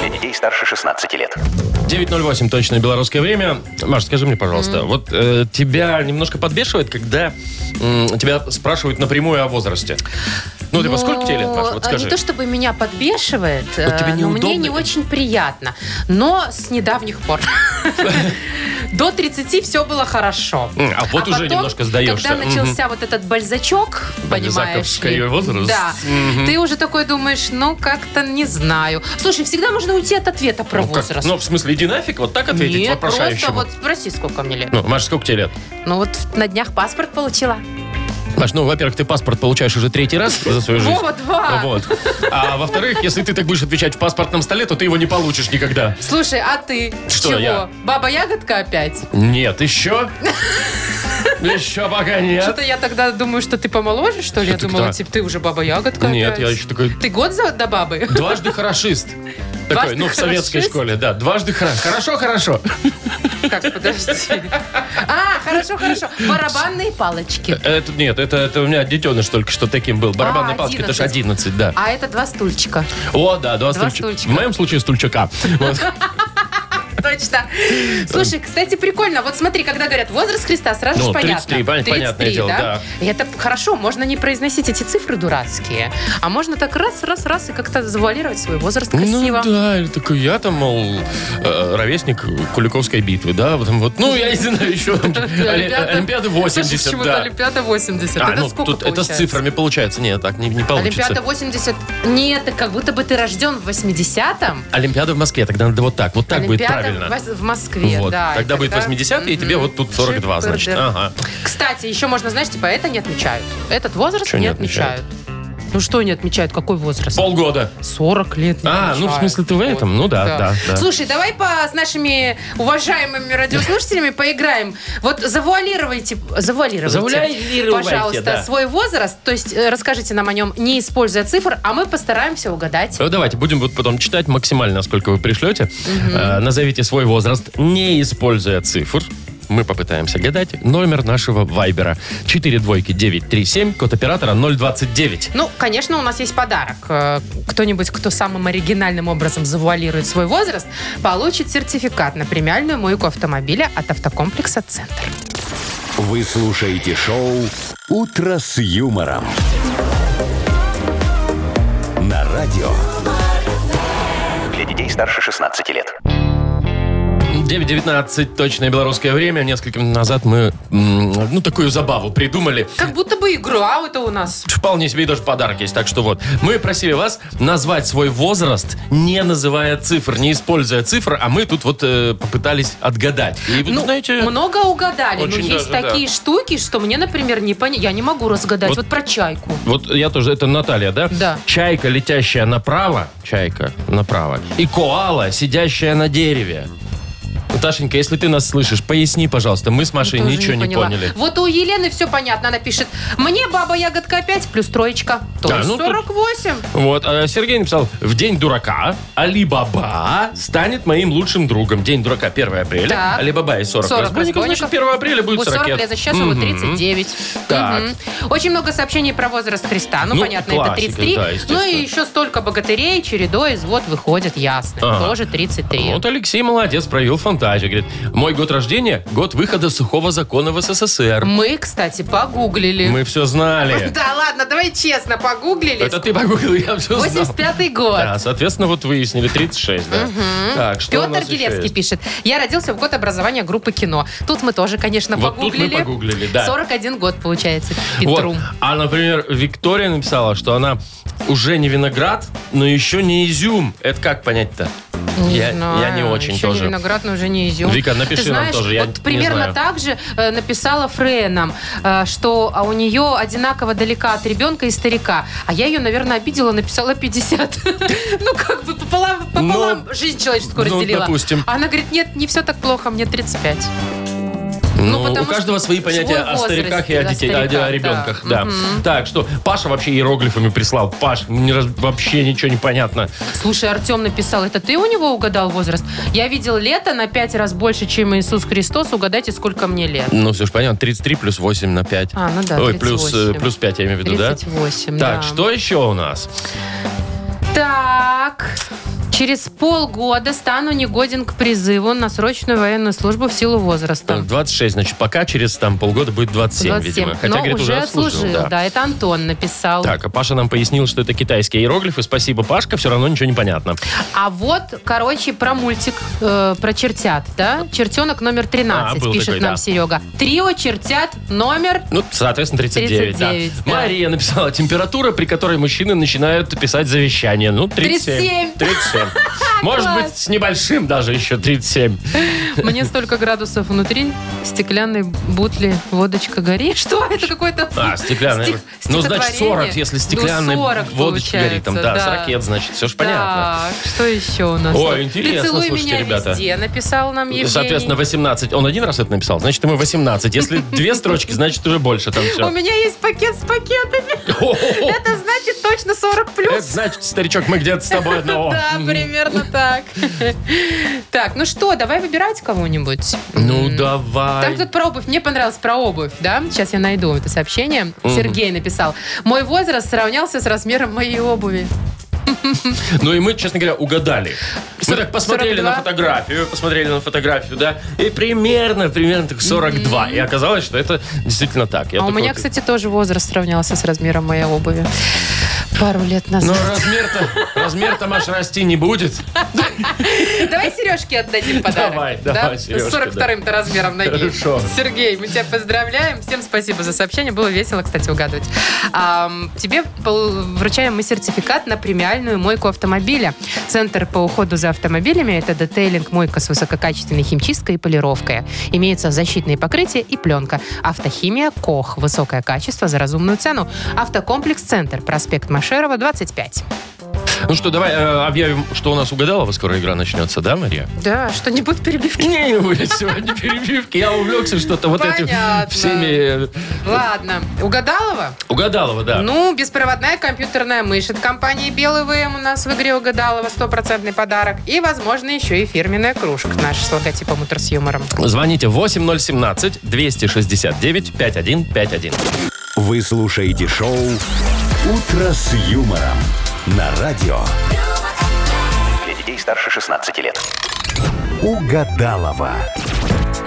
S6: Для детей старше 16 лет.
S2: 9.08 точное белорусское время. Маш, скажи мне, пожалуйста, вот э, тебя немножко подбешивает, когда м, тебя спрашивают напрямую о возрасте. Ну, типа,
S3: Но,
S2: сколько тебе лет, Маш? Вот
S3: а,
S2: скажи.
S3: Не то, чтобы меня подбешивает, э,
S2: тебе
S3: но мне
S2: неудобно?
S3: не очень приятно. Но с недавних
S2: [LAUGHS]
S3: пор. До 30 все было хорошо.
S2: М, а вот уже немножко сдаешься.
S3: когда начался вот этот бальзачок, понимаешь
S2: Бальзаковский
S3: ли,
S2: возраст.
S3: Да.
S2: Мгм.
S3: Ты уже такой думаешь, ну, как-то не знаю. Слушай, всегда можно уйти от ответа про
S2: Ну, как-
S3: возраст.
S2: ну, в смысле, иди нафиг, вот так ответить
S3: Нет, просто
S2: вопрошающему.
S3: вот спроси, сколько мне лет.
S2: Ну, Маш, сколько тебе лет?
S3: Ну вот на днях паспорт получила.
S2: Маш, ну, во-первых, ты паспорт получаешь уже третий раз за свою жизнь.
S3: Вова, два.
S2: Вот. А во-вторых, если ты так будешь отвечать в паспортном столе, то ты его не получишь никогда.
S3: Слушай, а ты?
S2: Что
S3: Чего?
S2: я?
S3: Баба ягодка опять?
S2: Нет, еще? Еще пока нет.
S3: Что-то я тогда думаю, что ты помоложе, что ли? Я
S2: Что ты
S3: думала,
S2: кто?
S3: типа, ты уже баба ягодка
S2: Нет,
S3: опять.
S2: я еще такой
S3: Ты год за до бабы? [LAUGHS]
S2: Дважды хорошист. Такой,
S3: Дважды
S2: ну, в советской
S3: хорошист?
S2: школе, да. Дважды хорошо. Хорошо, хорошо.
S3: Так,
S2: [LAUGHS]
S3: подожди. А, хорошо, хорошо. Барабанные палочки.
S2: Это, нет, это, это у меня детеныш только что таким был. Барабанная
S3: А,
S2: палочка, это же
S3: 11.
S2: 11, да.
S3: А это два стульчика.
S2: О, да, два,
S3: Два
S2: стульчика.
S3: стульчика.
S2: В моем случае стульчака. Вот.
S3: [LAUGHS] Точно. Слушай, кстати, прикольно. Вот смотри, когда говорят возраст Христа, сразу
S2: Ну,
S3: же понятно.
S2: 33, пон- понятное дело,
S3: И Это хорошо, можно не произносить эти цифры дурацкие, а можно так раз, раз, раз и как-то завуалировать свой возраст красиво.
S2: Ну да, или такой я там, мол, э, ровесник Куликовской битвы, да, потом вот, ну, я не знаю, еще там, Оли-
S3: [LAUGHS] Олимпиада.
S2: Олимпиады
S3: Слушай,
S2: 80,
S3: почему-то
S2: да.
S3: Олимпиада 80.
S2: А,
S3: это
S2: ну,
S3: сколько
S2: тут это с
S3: получается?
S2: цифрами получается. Нет, так не, не получится.
S3: Олимпиада 80. Нет, так как будто бы ты рожден в 80-м.
S2: Олимпиада в Москве, тогда надо вот так, вот так будет
S3: Олимпиада
S2: правильно.
S3: в Вос- в Москве,
S2: Вот,
S3: да. и
S2: Тогда будет 80 и тебе
S3: Мгм.
S2: вот тут 42, значит. а?
S3: Шикардер.
S2: Ага.
S3: Кстати, еще можно, знаешь, типа, это не отмечают. Этот возраст
S2: Чё
S3: не
S2: не
S3: отмечают. Ну что не отмечают? Какой возраст?
S2: Полгода.
S3: 40 лет. не
S2: А, ну, в
S3: отмечают.
S2: смысле, ты в этом?
S3: Вот,
S2: Ну да, да, да.
S3: Слушай, давай по с нашими уважаемыми радиослушателями поиграем. Вот завуалируйте, завуалируйте,
S2: Завуалируйте,
S3: пожалуйста,
S2: да.
S3: свой возраст. То есть э, расскажите нам о нем, не используя цифр, а мы постараемся угадать.
S2: Э, Давайте будем вот потом читать максимально, сколько вы пришлете. Э, Назовите свой возраст, не используя цифр. Мы попытаемся гадать номер нашего вайбера. 4 двойки 937, код оператора 029.
S3: Ну, конечно, у нас есть подарок. Э, Кто-нибудь, кто самым оригинальным образом завуалирует свой возраст, получит сертификат на премиальную мойку автомобиля от автокомплекса «Центр».
S1: Вы слушаете шоу «Утро с юмором». На радио
S6: Для детей старше 16 лет.
S2: 9.19, точное белорусское время. Несколько минут назад мы, м, ну, такую забаву придумали.
S3: Как будто бы игра это у нас.
S2: Вполне себе и даже подарок есть, так что вот. Мы просили вас назвать свой возраст, не называя цифр, не используя цифр, а мы тут вот э, попытались отгадать. И, вы
S3: Ну,
S2: знаете,
S3: много угадали, но
S2: очень
S3: есть
S2: даже,
S3: такие штуки, что мне, например, не поня... я не могу разгадать.
S2: Вот-
S3: Вот, про чайку.
S2: Вот я тоже, это Наталья, да?
S3: Да.
S2: Чайка, летящая направо, чайка направо, и коала, сидящая на дереве. Наташенька, если ты нас слышишь, поясни, пожалуйста. Мы с Машей
S3: Тоже
S2: ничего не,
S3: поняла.
S2: поняли.
S3: Вот у Елены все понятно. Она пишет, мне баба ягодка опять плюс троечка. То
S2: Да,
S3: есть
S2: ну тут-
S3: 48.
S2: Вот, а Сергей написал, в день дурака Алибаба станет моим лучшим другом. День дурака 1 апреля,
S3: Так.
S2: Алибаба и 40,
S3: 40
S2: разбойников, значит,
S3: разбойников.
S2: 1 апреля будет
S3: Будет
S2: 40
S3: 40 лет, за сейчас его
S2: Мгм.
S3: 39.
S2: Так.
S3: Мгм. Очень много сообщений про возраст Христа. Ну,
S2: Ну,
S3: понятно, это
S2: классика,
S3: 33.
S2: да, естественно.
S3: ну и еще столько богатырей, чередой, извод выходит, ясно.
S2: Ага.
S3: Тоже 33.
S2: Вот Алексей молодец, проявил фантазию. Говорит, мой год рождения – год выхода сухого закона в СССР.
S3: Мы, кстати, погуглили.
S2: Мы все знали.
S3: [LAUGHS] Да ладно, давай честно, погуглили.
S2: Это ты погуглил, я все знал.
S3: 85-й год.
S2: Да, соответственно, вот выяснили 36, да. Так, что у
S3: Петр
S2: нас еще
S3: Гилевский
S2: есть?
S3: пишет. Я родился в год образования группы кино. Тут мы тоже, конечно,
S2: Вот тут
S3: погуглили.
S2: мы погуглили, да.
S3: 41 год, получается, Петру.
S2: Вот. А, например, Виктория написала, что она уже не виноград, но еще не изюм. Это как понять-то? я,
S3: знаю,
S2: я не очень
S3: еще
S2: тоже.
S3: Не виноград, но А уже не изюм.
S2: Вика, напиши
S3: Ты
S2: нам
S3: знаешь,
S2: тоже, я
S3: вот
S2: не
S3: примерно
S2: знаю.
S3: так же э, написала Фрея нам, э, что а у нее одинаково далека от ребенка и старика. А я ее, наверное, обидела, написала 50. [LAUGHS] Ну, как бы пополам, пополам жизнь человеческую
S2: ну,
S3: разделила.
S2: допустим.
S3: А она говорит, нет, не все так плохо, мне 35.
S2: Ну, у
S3: потому
S2: каждого
S3: что
S2: свои понятия
S3: свой
S2: о
S3: возраст,
S2: стариках и
S3: да,
S2: о детей, о-
S3: стариках,
S2: о, ребенках. Да.
S3: да. Мгм.
S2: Так, что Паша вообще иероглифами прислал. Паш, мне раз- вообще ничего не понятно.
S3: Слушай, Артем написал, это ты у него угадал возраст? Я видел лето на пять раз больше, чем Иисус Христос. Угадайте, сколько мне лет.
S2: Ну, все же понятно. 33 плюс 8 на 5.
S3: А, ну да,
S2: Ой, плюс, э,
S3: 38.
S2: плюс 5, я имею в виду, да?
S3: 38, да.
S2: Так, что еще у нас?
S3: Так, через полгода стану негоден к призыву на срочную военную службу в силу возраста.
S2: 26, значит, пока через там полгода будет 27,
S3: 27.
S2: видимо. Хотя,
S3: Но
S2: говорит, уже отслужил. да.
S3: да. это Антон написал.
S2: Так, а Паша нам пояснил, что это китайские иероглифы. Спасибо, Пашка, все равно ничего не понятно.
S3: А вот, короче, про мультик, э, про чертят, да? Чертенок номер 13,
S2: А, был
S3: пишет
S2: такой,
S3: нам
S2: да.
S3: Серега. Трио чертят номер...
S2: Ну, соответственно, 39,
S3: 39,
S2: да.
S3: да.
S2: Мария написала, температура, при которой мужчины начинают писать завещание. Ну, 37.
S3: 37.
S2: 37.
S3: [LAUGHS]
S2: Может
S3: Класс.
S2: быть, с небольшим даже еще 37.
S3: Мне столько градусов внутри, стеклянной бутли, водочка гори. Что? Это какой-то...
S2: А, стеклянная.
S3: стих-
S2: ну, значит, 40,
S3: стихотворение.
S2: если
S3: Ну,
S2: стеклянная
S3: 40
S2: водочка горит там. Да,
S3: получается,
S2: с ракет, значит, все же понятно.
S3: Так, что еще у нас?
S2: Ой,
S3: Ты
S2: интересно,
S3: целуй
S2: слушайте,
S3: меня
S2: ребята.
S3: везде, написал нам Евгений.
S2: Соответственно, 18. Он один раз это написал, значит, ему 18.
S3: [LAUGHS]
S2: Если две строчки, значит, уже больше там
S3: У
S2: все.
S3: меня есть пакет с пакетами. Это значит точно
S2: [LAUGHS]
S3: 40
S2: Это
S3: плюс.
S2: значит, старичок, мы где-то с тобой одного.
S3: Да, примерно так. Так, ну что, давай выбирать кого-нибудь.
S2: Ну,
S3: М. Там
S2: давай.
S3: тут про обувь. Мне понравилось про обувь, да? Сейчас я найду это сообщение. Сергей написал. Мой возраст сравнялся с размером моей обуви.
S2: Ну и мы, честно говоря, угадали. Мы
S3: Сорок-
S2: так посмотрели на
S3: 42?
S2: фотографию, посмотрели на фотографию, да, и примерно, примерно так 42. И оказалось, что это действительно так. Я
S3: А у
S2: такой
S3: меня,
S2: вот-
S3: кстати, тоже возраст сравнялся с размером моей обуви. Пару лет
S2: Но
S3: назад.
S2: «Ну, размер-то, размер-то, Маш, расти не будет.
S3: Давай Сережке отдадим подарок.
S2: Давай, давай,
S3: С
S2: Сережке,
S3: 42-м то размером ноги.
S2: Хорошо.
S3: Сергей, мы тебя поздравляем. Всем спасибо за сообщение. Было весело, кстати, угадывать. Ам, тебе пол- вручаем мы сертификат на премиальную мойку автомобиля. Центр по уходу за автомобилями – это детейлинг, мойка с высококачественной химчисткой и полировкой. Имеются защитные покрытия и пленка. Автохимия «Кох». Высокое качество за разумную цену. Автокомплекс-центр. Проспект Машерова, 25.
S2: Ну что, давай э, объявим, что у нас угадала, во скоро игра начнется, да, Мария?
S3: Да, что-нибудь перебивки.
S2: Не будет сегодня перебивки. Я увлекся что-то вот этим
S3: Понятно.
S2: всеми... э,
S3: Ладно. Угадалова?
S2: Угадалова, да.
S3: Ну, беспроводная компьютерная мышь от компании Белый ВМ у нас в игре угадалова стопроцентный подарок. И, возможно, еще и фирменная кружка наша с логотипом «Утро с юмором».
S2: Звоните 8017-269-5151.
S1: Вы слушаете шоу «Утро с юмором» на радио
S6: Для детей старше 16 лет.
S1: «Угадалова».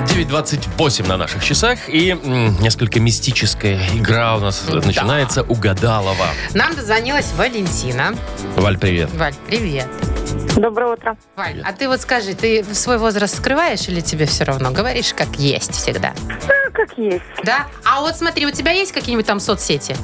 S2: 9.28 на наших часах. И м, несколько мистическая игра у нас э, начинается. Угадалова.
S3: Нам дозвонилась Валентина.
S2: Валь, привет.
S3: Валь, привет.
S5: Доброе утро.
S3: Валь, а ты вот скажи, ты свой возраст скрываешь или тебе все равно? Говоришь, как есть всегда.
S5: Ну, как есть.
S3: Да? А вот смотри, у тебя есть какие-нибудь там соцсети?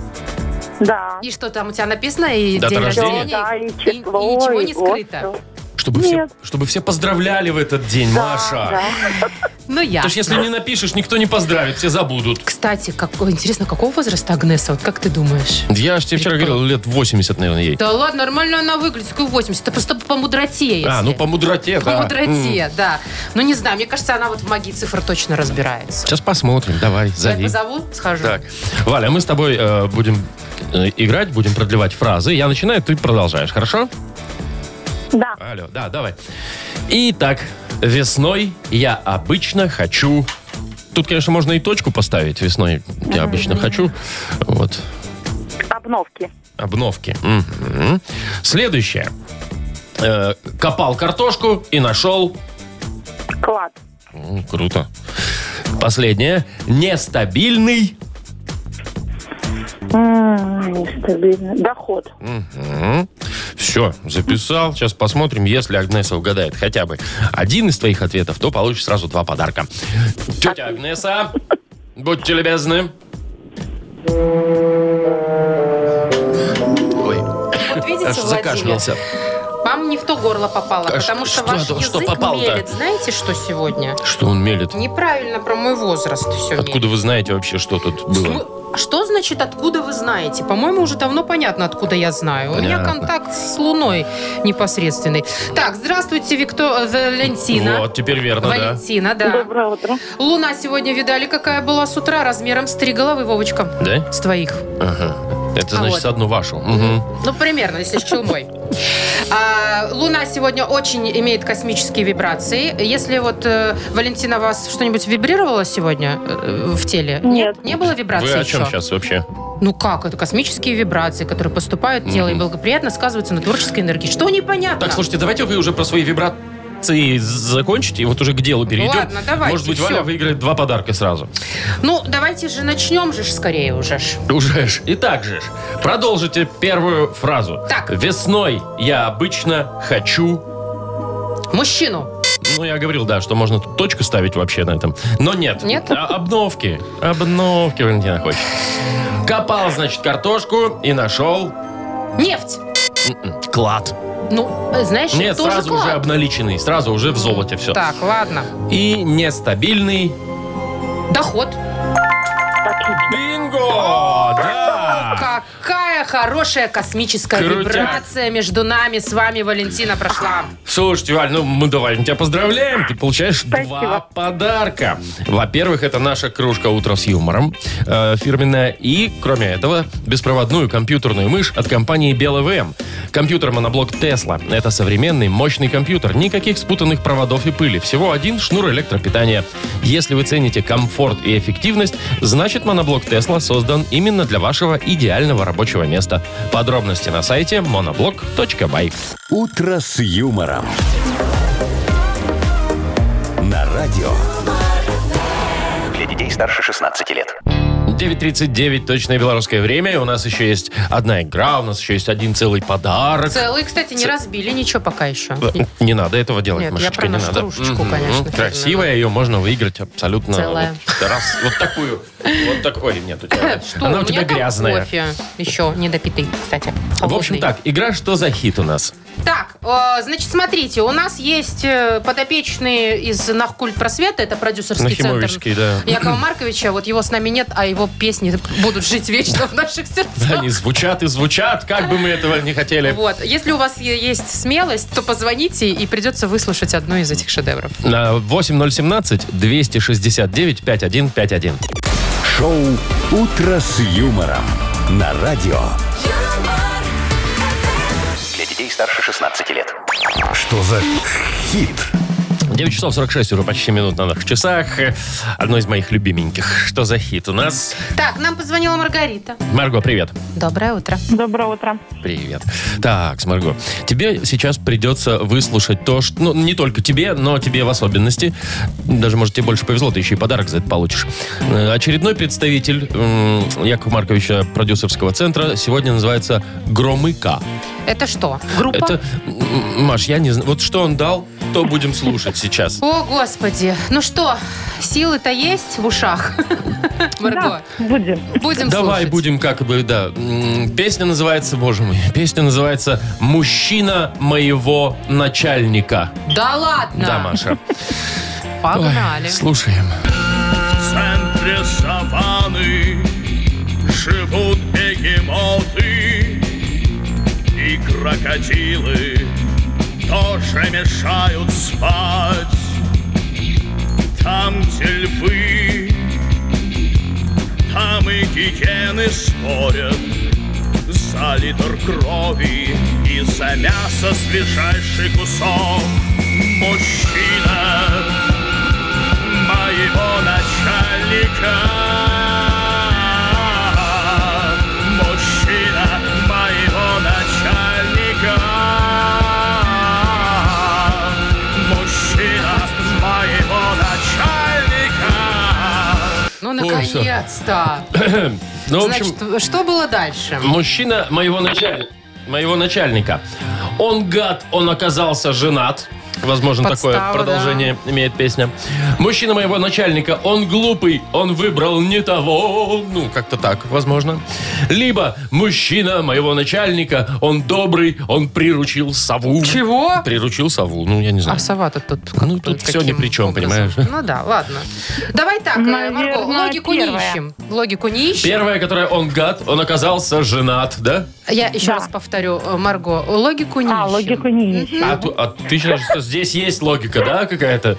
S5: Да.
S3: И что там у тебя написано? И
S2: Дата
S3: день
S2: рождения?
S3: рождения?
S5: Да, и
S3: и
S5: число,
S3: ничего
S5: и
S3: не
S5: год,
S3: скрыто.
S5: всё.
S2: Чтобы, все,
S5: Нет.
S2: чтобы все поздравляли в этот день,
S5: Да,
S2: Маша.
S5: да.
S3: Ну, я.
S2: Потому что если не напишешь, никто не поздравит, все забудут.
S3: Кстати, как, интересно, какого возраста Агнеса? Вот как ты думаешь?
S2: Я же тебе вчера говорил, лет 80, наверное, ей.
S3: Да ладно, нормально она выглядит. Какой 80? Это просто по мудроте, если.
S2: А, ну
S3: [LAUGHS]
S2: по мудроте,
S3: По
S2: да. М.
S3: мудроте, да. Ну, не знаю, мне кажется, она вот в магии цифр точно разбирается.
S2: Сейчас посмотрим, давай,
S3: Я
S2: зови.
S3: позову, схожу.
S2: Так, Валя, мы с тобой э, будем э, играть, будем продлевать фразы. Я начинаю, ты продолжаешь, хорошо?
S5: Да,
S2: Алло, да, давай. Итак, весной я обычно хочу... Тут, конечно, можно и точку поставить. Весной я обычно хочу. Вот,
S5: обновки.
S2: обновки. Мгм. Следующее. Э, копал картошку и нашел...
S5: Клад.
S2: М, круто. Последнее. Нестабильный...
S5: М, Нестабильно. Доход.
S2: Все, записал. Сейчас посмотрим, если Агнеса угадает хотя бы один из твоих ответов, то получишь сразу два подарка. Тетя Агнеса, будьте любезны. Ой,
S3: Вот видите,
S2: аж
S3: Владимир,
S2: закашлялся.
S3: вам не в то горло попало,
S2: А
S3: потому
S2: ш-
S3: что,
S2: что
S3: ваш
S2: это?
S3: язык
S2: Что попало-то?
S3: мелет. Знаете, что сегодня?
S2: Что он мелет?
S3: Неправильно про мой возраст все
S2: Откуда вы знаете вообще, что тут было?
S3: Что значит «откуда вы знаете»? По-моему, уже давно понятно, откуда я знаю. У меня
S2: Понятно.
S3: контакт с Луной непосредственный. Так, здравствуйте, Виктор... Валентина.
S2: Вот, теперь верно, да.
S3: Валентина, да.
S5: Доброе утро.
S3: Луна сегодня, видали, какая была с утра, размером с три головы, Вовочка.
S2: Да?
S3: С твоих.
S2: Ага. Это
S3: А
S2: значит
S3: вот.
S2: одну вашу. Мгм.
S3: Ну, примерно, если с челмой. А, Луна сегодня очень имеет космические вибрации. Если вот, э, Валентина, вас что-нибудь вибрировало сегодня э, в теле?
S5: Нет.
S3: Не было
S2: Вы
S3: вибраций
S2: о чем
S3: еще?
S2: сейчас вообще?
S3: Ну как, это космические вибрации, которые поступают в тело и
S2: Мгм.
S3: благоприятно сказываются на творческой энергии. Что непонятно?
S2: Так, слушайте, давайте вы уже про свои вибрации закончите, и вот уже к делу перейдем.
S3: Ну Ладно, давайте,
S2: Может быть,
S3: всё.
S2: Валя выиграет два подарка сразу.
S3: Ну, давайте же начнем же ж скорее уже ж.
S2: Уже ж. Итак же ж, продолжите первую фразу.
S3: Так.
S2: Весной я обычно хочу...
S3: Мужчину.
S2: Ну, я говорил, да, что можно тут точку ставить вообще на этом. Но нет.
S3: Нет?
S2: А- обновки. Обновки Валентина хочет. Копал, значит, картошку и нашел
S3: Нефть.
S2: м-м, клад.
S3: Ну, э, знаешь,
S2: Нет,
S3: тоже
S2: сразу
S3: клад.
S2: уже обналиченный, сразу уже в золоте все.
S3: Так, ладно.
S2: И нестабильный
S3: Доход.
S2: Бинго! Да!
S3: Какая хорошая космическая
S2: А. Крутяк.
S3: вибрация между нами с вами, Валентина,
S2: [LAUGHS]
S3: прошла.
S2: Слушайте, Валь, ну мы давай тебя поздравляем. Ты получаешь два подарка. Во-первых, это наша кружка «Утро с юмором» э, фирменная. И, кроме этого, беспроводную компьютерную мышь от компании БелВМ. Компьютер моноблок Тесла. Это современный, мощный компьютер. Никаких спутанных проводов и пыли. Всего один шнур электропитания. Если вы цените комфорт и эффективность, значит моноблок Тесла создан именно для вашего идеального рабочего место. Подробности на сайте monoblock.by.
S1: «Утро с юмором». На радио.
S6: Для детей старше 16 лет.
S2: 9.39, точное белорусское время. И у нас еще есть одна игра, у нас еще есть один целый подарок.
S3: Целый, кстати, не разбили, ничего пока еще.
S2: Не надо этого делать,
S3: Нет, я
S2: Машечка,
S3: про
S2: не
S3: нашу
S2: надо.
S3: кружечку,
S2: Мгм.
S3: конечно,
S2: Красивая, ее можно выиграть абсолютно.
S3: Целая.
S2: Вот, раз, вот такую. Вот такой. Нет, у тебя.
S3: Что,
S2: Она у
S3: меня
S2: тебя
S3: там
S2: грязная.
S3: кофе еще недопитый, кстати.
S2: В общем
S3: холодный.
S2: так, игра «Что за хит у нас?»
S3: Так, э, значит, смотрите, у нас есть э, подопечные из Нахкульт Просвета, это продюсерский
S2: Нахимовичский,
S3: центр
S2: да.
S3: Якова Марковича. Вот его с нами нет, а его песни будут жить вечно в наших сердцах.
S2: Они звучат и звучат, как бы мы этого не хотели.
S3: Вот. Если у вас е- есть смелость, то позвоните, и придется выслушать одну из этих шедевров.
S2: На 8017-269-5151.
S1: Шоу «Утро с юмором» на радио.
S8: юмор,
S6: Для детей старше 16 лет.
S1: Что за хит?
S2: 9 часов 46 уже почти минут на наших часах. Э, Одно из моих любименьких. Что за хит у нас?
S3: Так, нам позвонила Маргарита.
S2: Марго, привет.
S3: Доброе утро.
S5: Доброе утро.
S2: Привет. Так, Марго, тебе сейчас придется выслушать то, что... Ну, не только тебе, но тебе в особенности. Даже, может, тебе больше повезло, ты еще и подарок за это получишь. Э, Очередной представитель м, Якова Марковича продюсерского центра сегодня называется Громыка.
S3: Это что? Группа?
S2: Это, м, Маш, я не знаю, вот что он дал, то будем слушать сейчас.
S3: О, господи. Ну что, силы-то есть в ушах? Марго,
S5: Да, будем.
S3: будем
S2: Давай
S3: слушать.
S2: будем как бы, да. М, Песня называется, боже мой, [LAUGHS] песня называется «Мужчина моего начальника».
S3: Да ладно.
S2: Да, Маша.
S3: [LAUGHS] Погнали.
S2: Слушаем.
S9: центре саванны Живут бегемоты и крокодилы Тоже мешают спать Там, где львы, там и гиены спорят За литр крови и за мясо свежайший кусок Мужчина моего начальника. Мужчина моего начальника. Мужчина моего начальника.
S3: Ну,
S2: всё.
S3: наконец-то.
S2: Ну, в общем,
S3: Значит, что было дальше?
S2: мужчина моего начальника. Моего начальника. Он гад, он оказался женат. Возможно,
S3: Подстава,
S2: такое продолжение имеет песня. Мужчина моего начальника, он глупый, он выбрал не того. Ну, как-то так, возможно. Либо мужчина моего начальника, он добрый, он приручил сову.
S3: Чего?
S2: Приручил сову, ну, я не знаю.
S3: А сова тут тут
S2: Ну,
S3: как бы
S2: тут всё ни
S3: каким
S2: при чём,
S3: образом?
S2: понимаешь?
S3: Ну да, ладно. Давай так, э,
S5: Наверное,
S3: Марго, логику не
S5: первая.
S3: ищем. Логику не ищем.
S2: Первая, которая он гад, он оказался женат, да?
S3: Я еще
S5: Да.
S3: раз повторю, э, Марго, логику не
S5: А,
S3: ищем.
S5: логику не ищем.
S2: А, ту- а ты считаешь, что здесь есть логика, да, какая-то?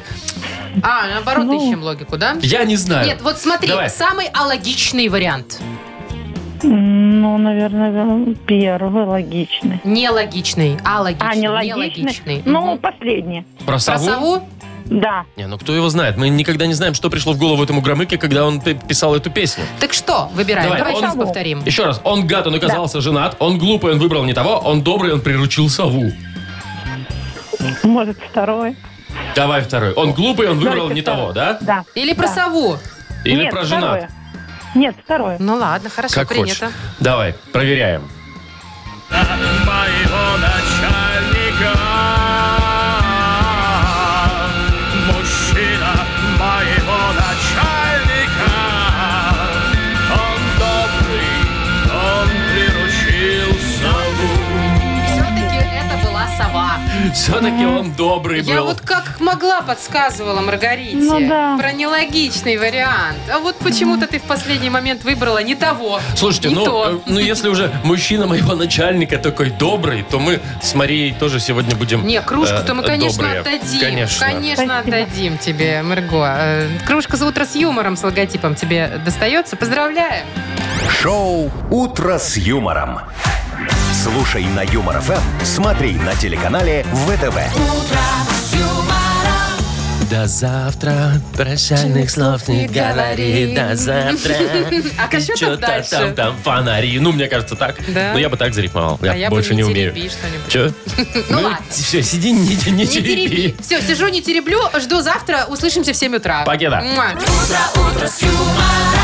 S3: А, наоборот,
S5: Ну.
S3: ищем логику, да?
S2: Я не знаю.
S3: Нет, вот смотри,
S2: Давай.
S3: самый алогичный вариант.
S5: М, Ну, наверное, первый логичный.
S3: Нелогичный, а логичный.
S5: А, не логичный? Ну,
S3: Мгм.
S5: последний.
S2: Про
S3: Про
S2: сову?
S3: сову?
S5: Да.
S2: Не, ну кто его знает? Мы никогда не знаем, что пришло в голову этому Громыке, когда он пи- писал эту песню.
S3: Так что, выбираем.
S2: Давай,
S3: Давай
S2: он-
S3: сейчас повторим.
S2: Еще раз, он гад, он оказался женат, он глупый, он выбрал не того, он добрый, он приручил сову.
S5: Может, второй.
S2: Давай второй. Он глупый, он выбрал
S5: Давайте
S2: не
S5: второй.
S2: того, да?
S5: Да.
S3: Или про
S5: Да.
S3: сову.
S2: Или
S5: Нет,
S2: про
S5: второе.
S2: женат?
S5: Нет, второе.
S3: Ну ладно, хорошо,
S2: Как хочешь.
S3: принято.
S2: Давай, проверяем.
S9: Моего начальника. Мужчина моего начальника. Он добрый, он приручил сову.
S3: Все-таки это была сова.
S2: Все-таки он добрый
S3: Я
S2: был.
S3: вот как могла подсказывала Маргарите
S5: Ну да.
S3: про нелогичный вариант. А вот почему-то ты в последний момент выбрала не того.
S2: Слушайте,
S3: не
S2: ну, э,
S3: то.
S2: ну если уже мужчина моего начальника такой добрый, то мы с Марией тоже сегодня будем
S3: Не, кружку-то
S2: э,
S3: мы, конечно,
S2: добрые.
S3: отдадим.
S2: Конечно.
S3: Конечно,
S5: Спасибо.
S3: отдадим тебе, Марго. Э, Кружка за утро с юмором, с логотипом тебе достается. Поздравляем!
S1: Шоу «Утро с юмором». Слушай на Юмор ФМ, смотри на телеканале ВТВ.
S8: с юмором.
S2: До завтра прощальных слов не говори. До завтра.
S3: [LAUGHS] А что там
S2: Чё-то
S3: дальше?
S2: там, там фонари. Ну, мне кажется, так.
S3: Да?
S2: Но я бы так зарифмовал.
S3: А я
S2: Я
S3: бы
S2: больше
S3: не
S2: не умею.
S3: тереби что-нибудь.
S2: Че?
S3: [LAUGHS] Ну ладно.
S2: Все, сиди, не те- не
S3: Не тереби.
S2: тереби.
S3: Все, сижу, не тереблю. Жду завтра. Услышимся в 7 утра.
S2: Покеда.
S3: Муа.
S8: Утро, утро с юмором.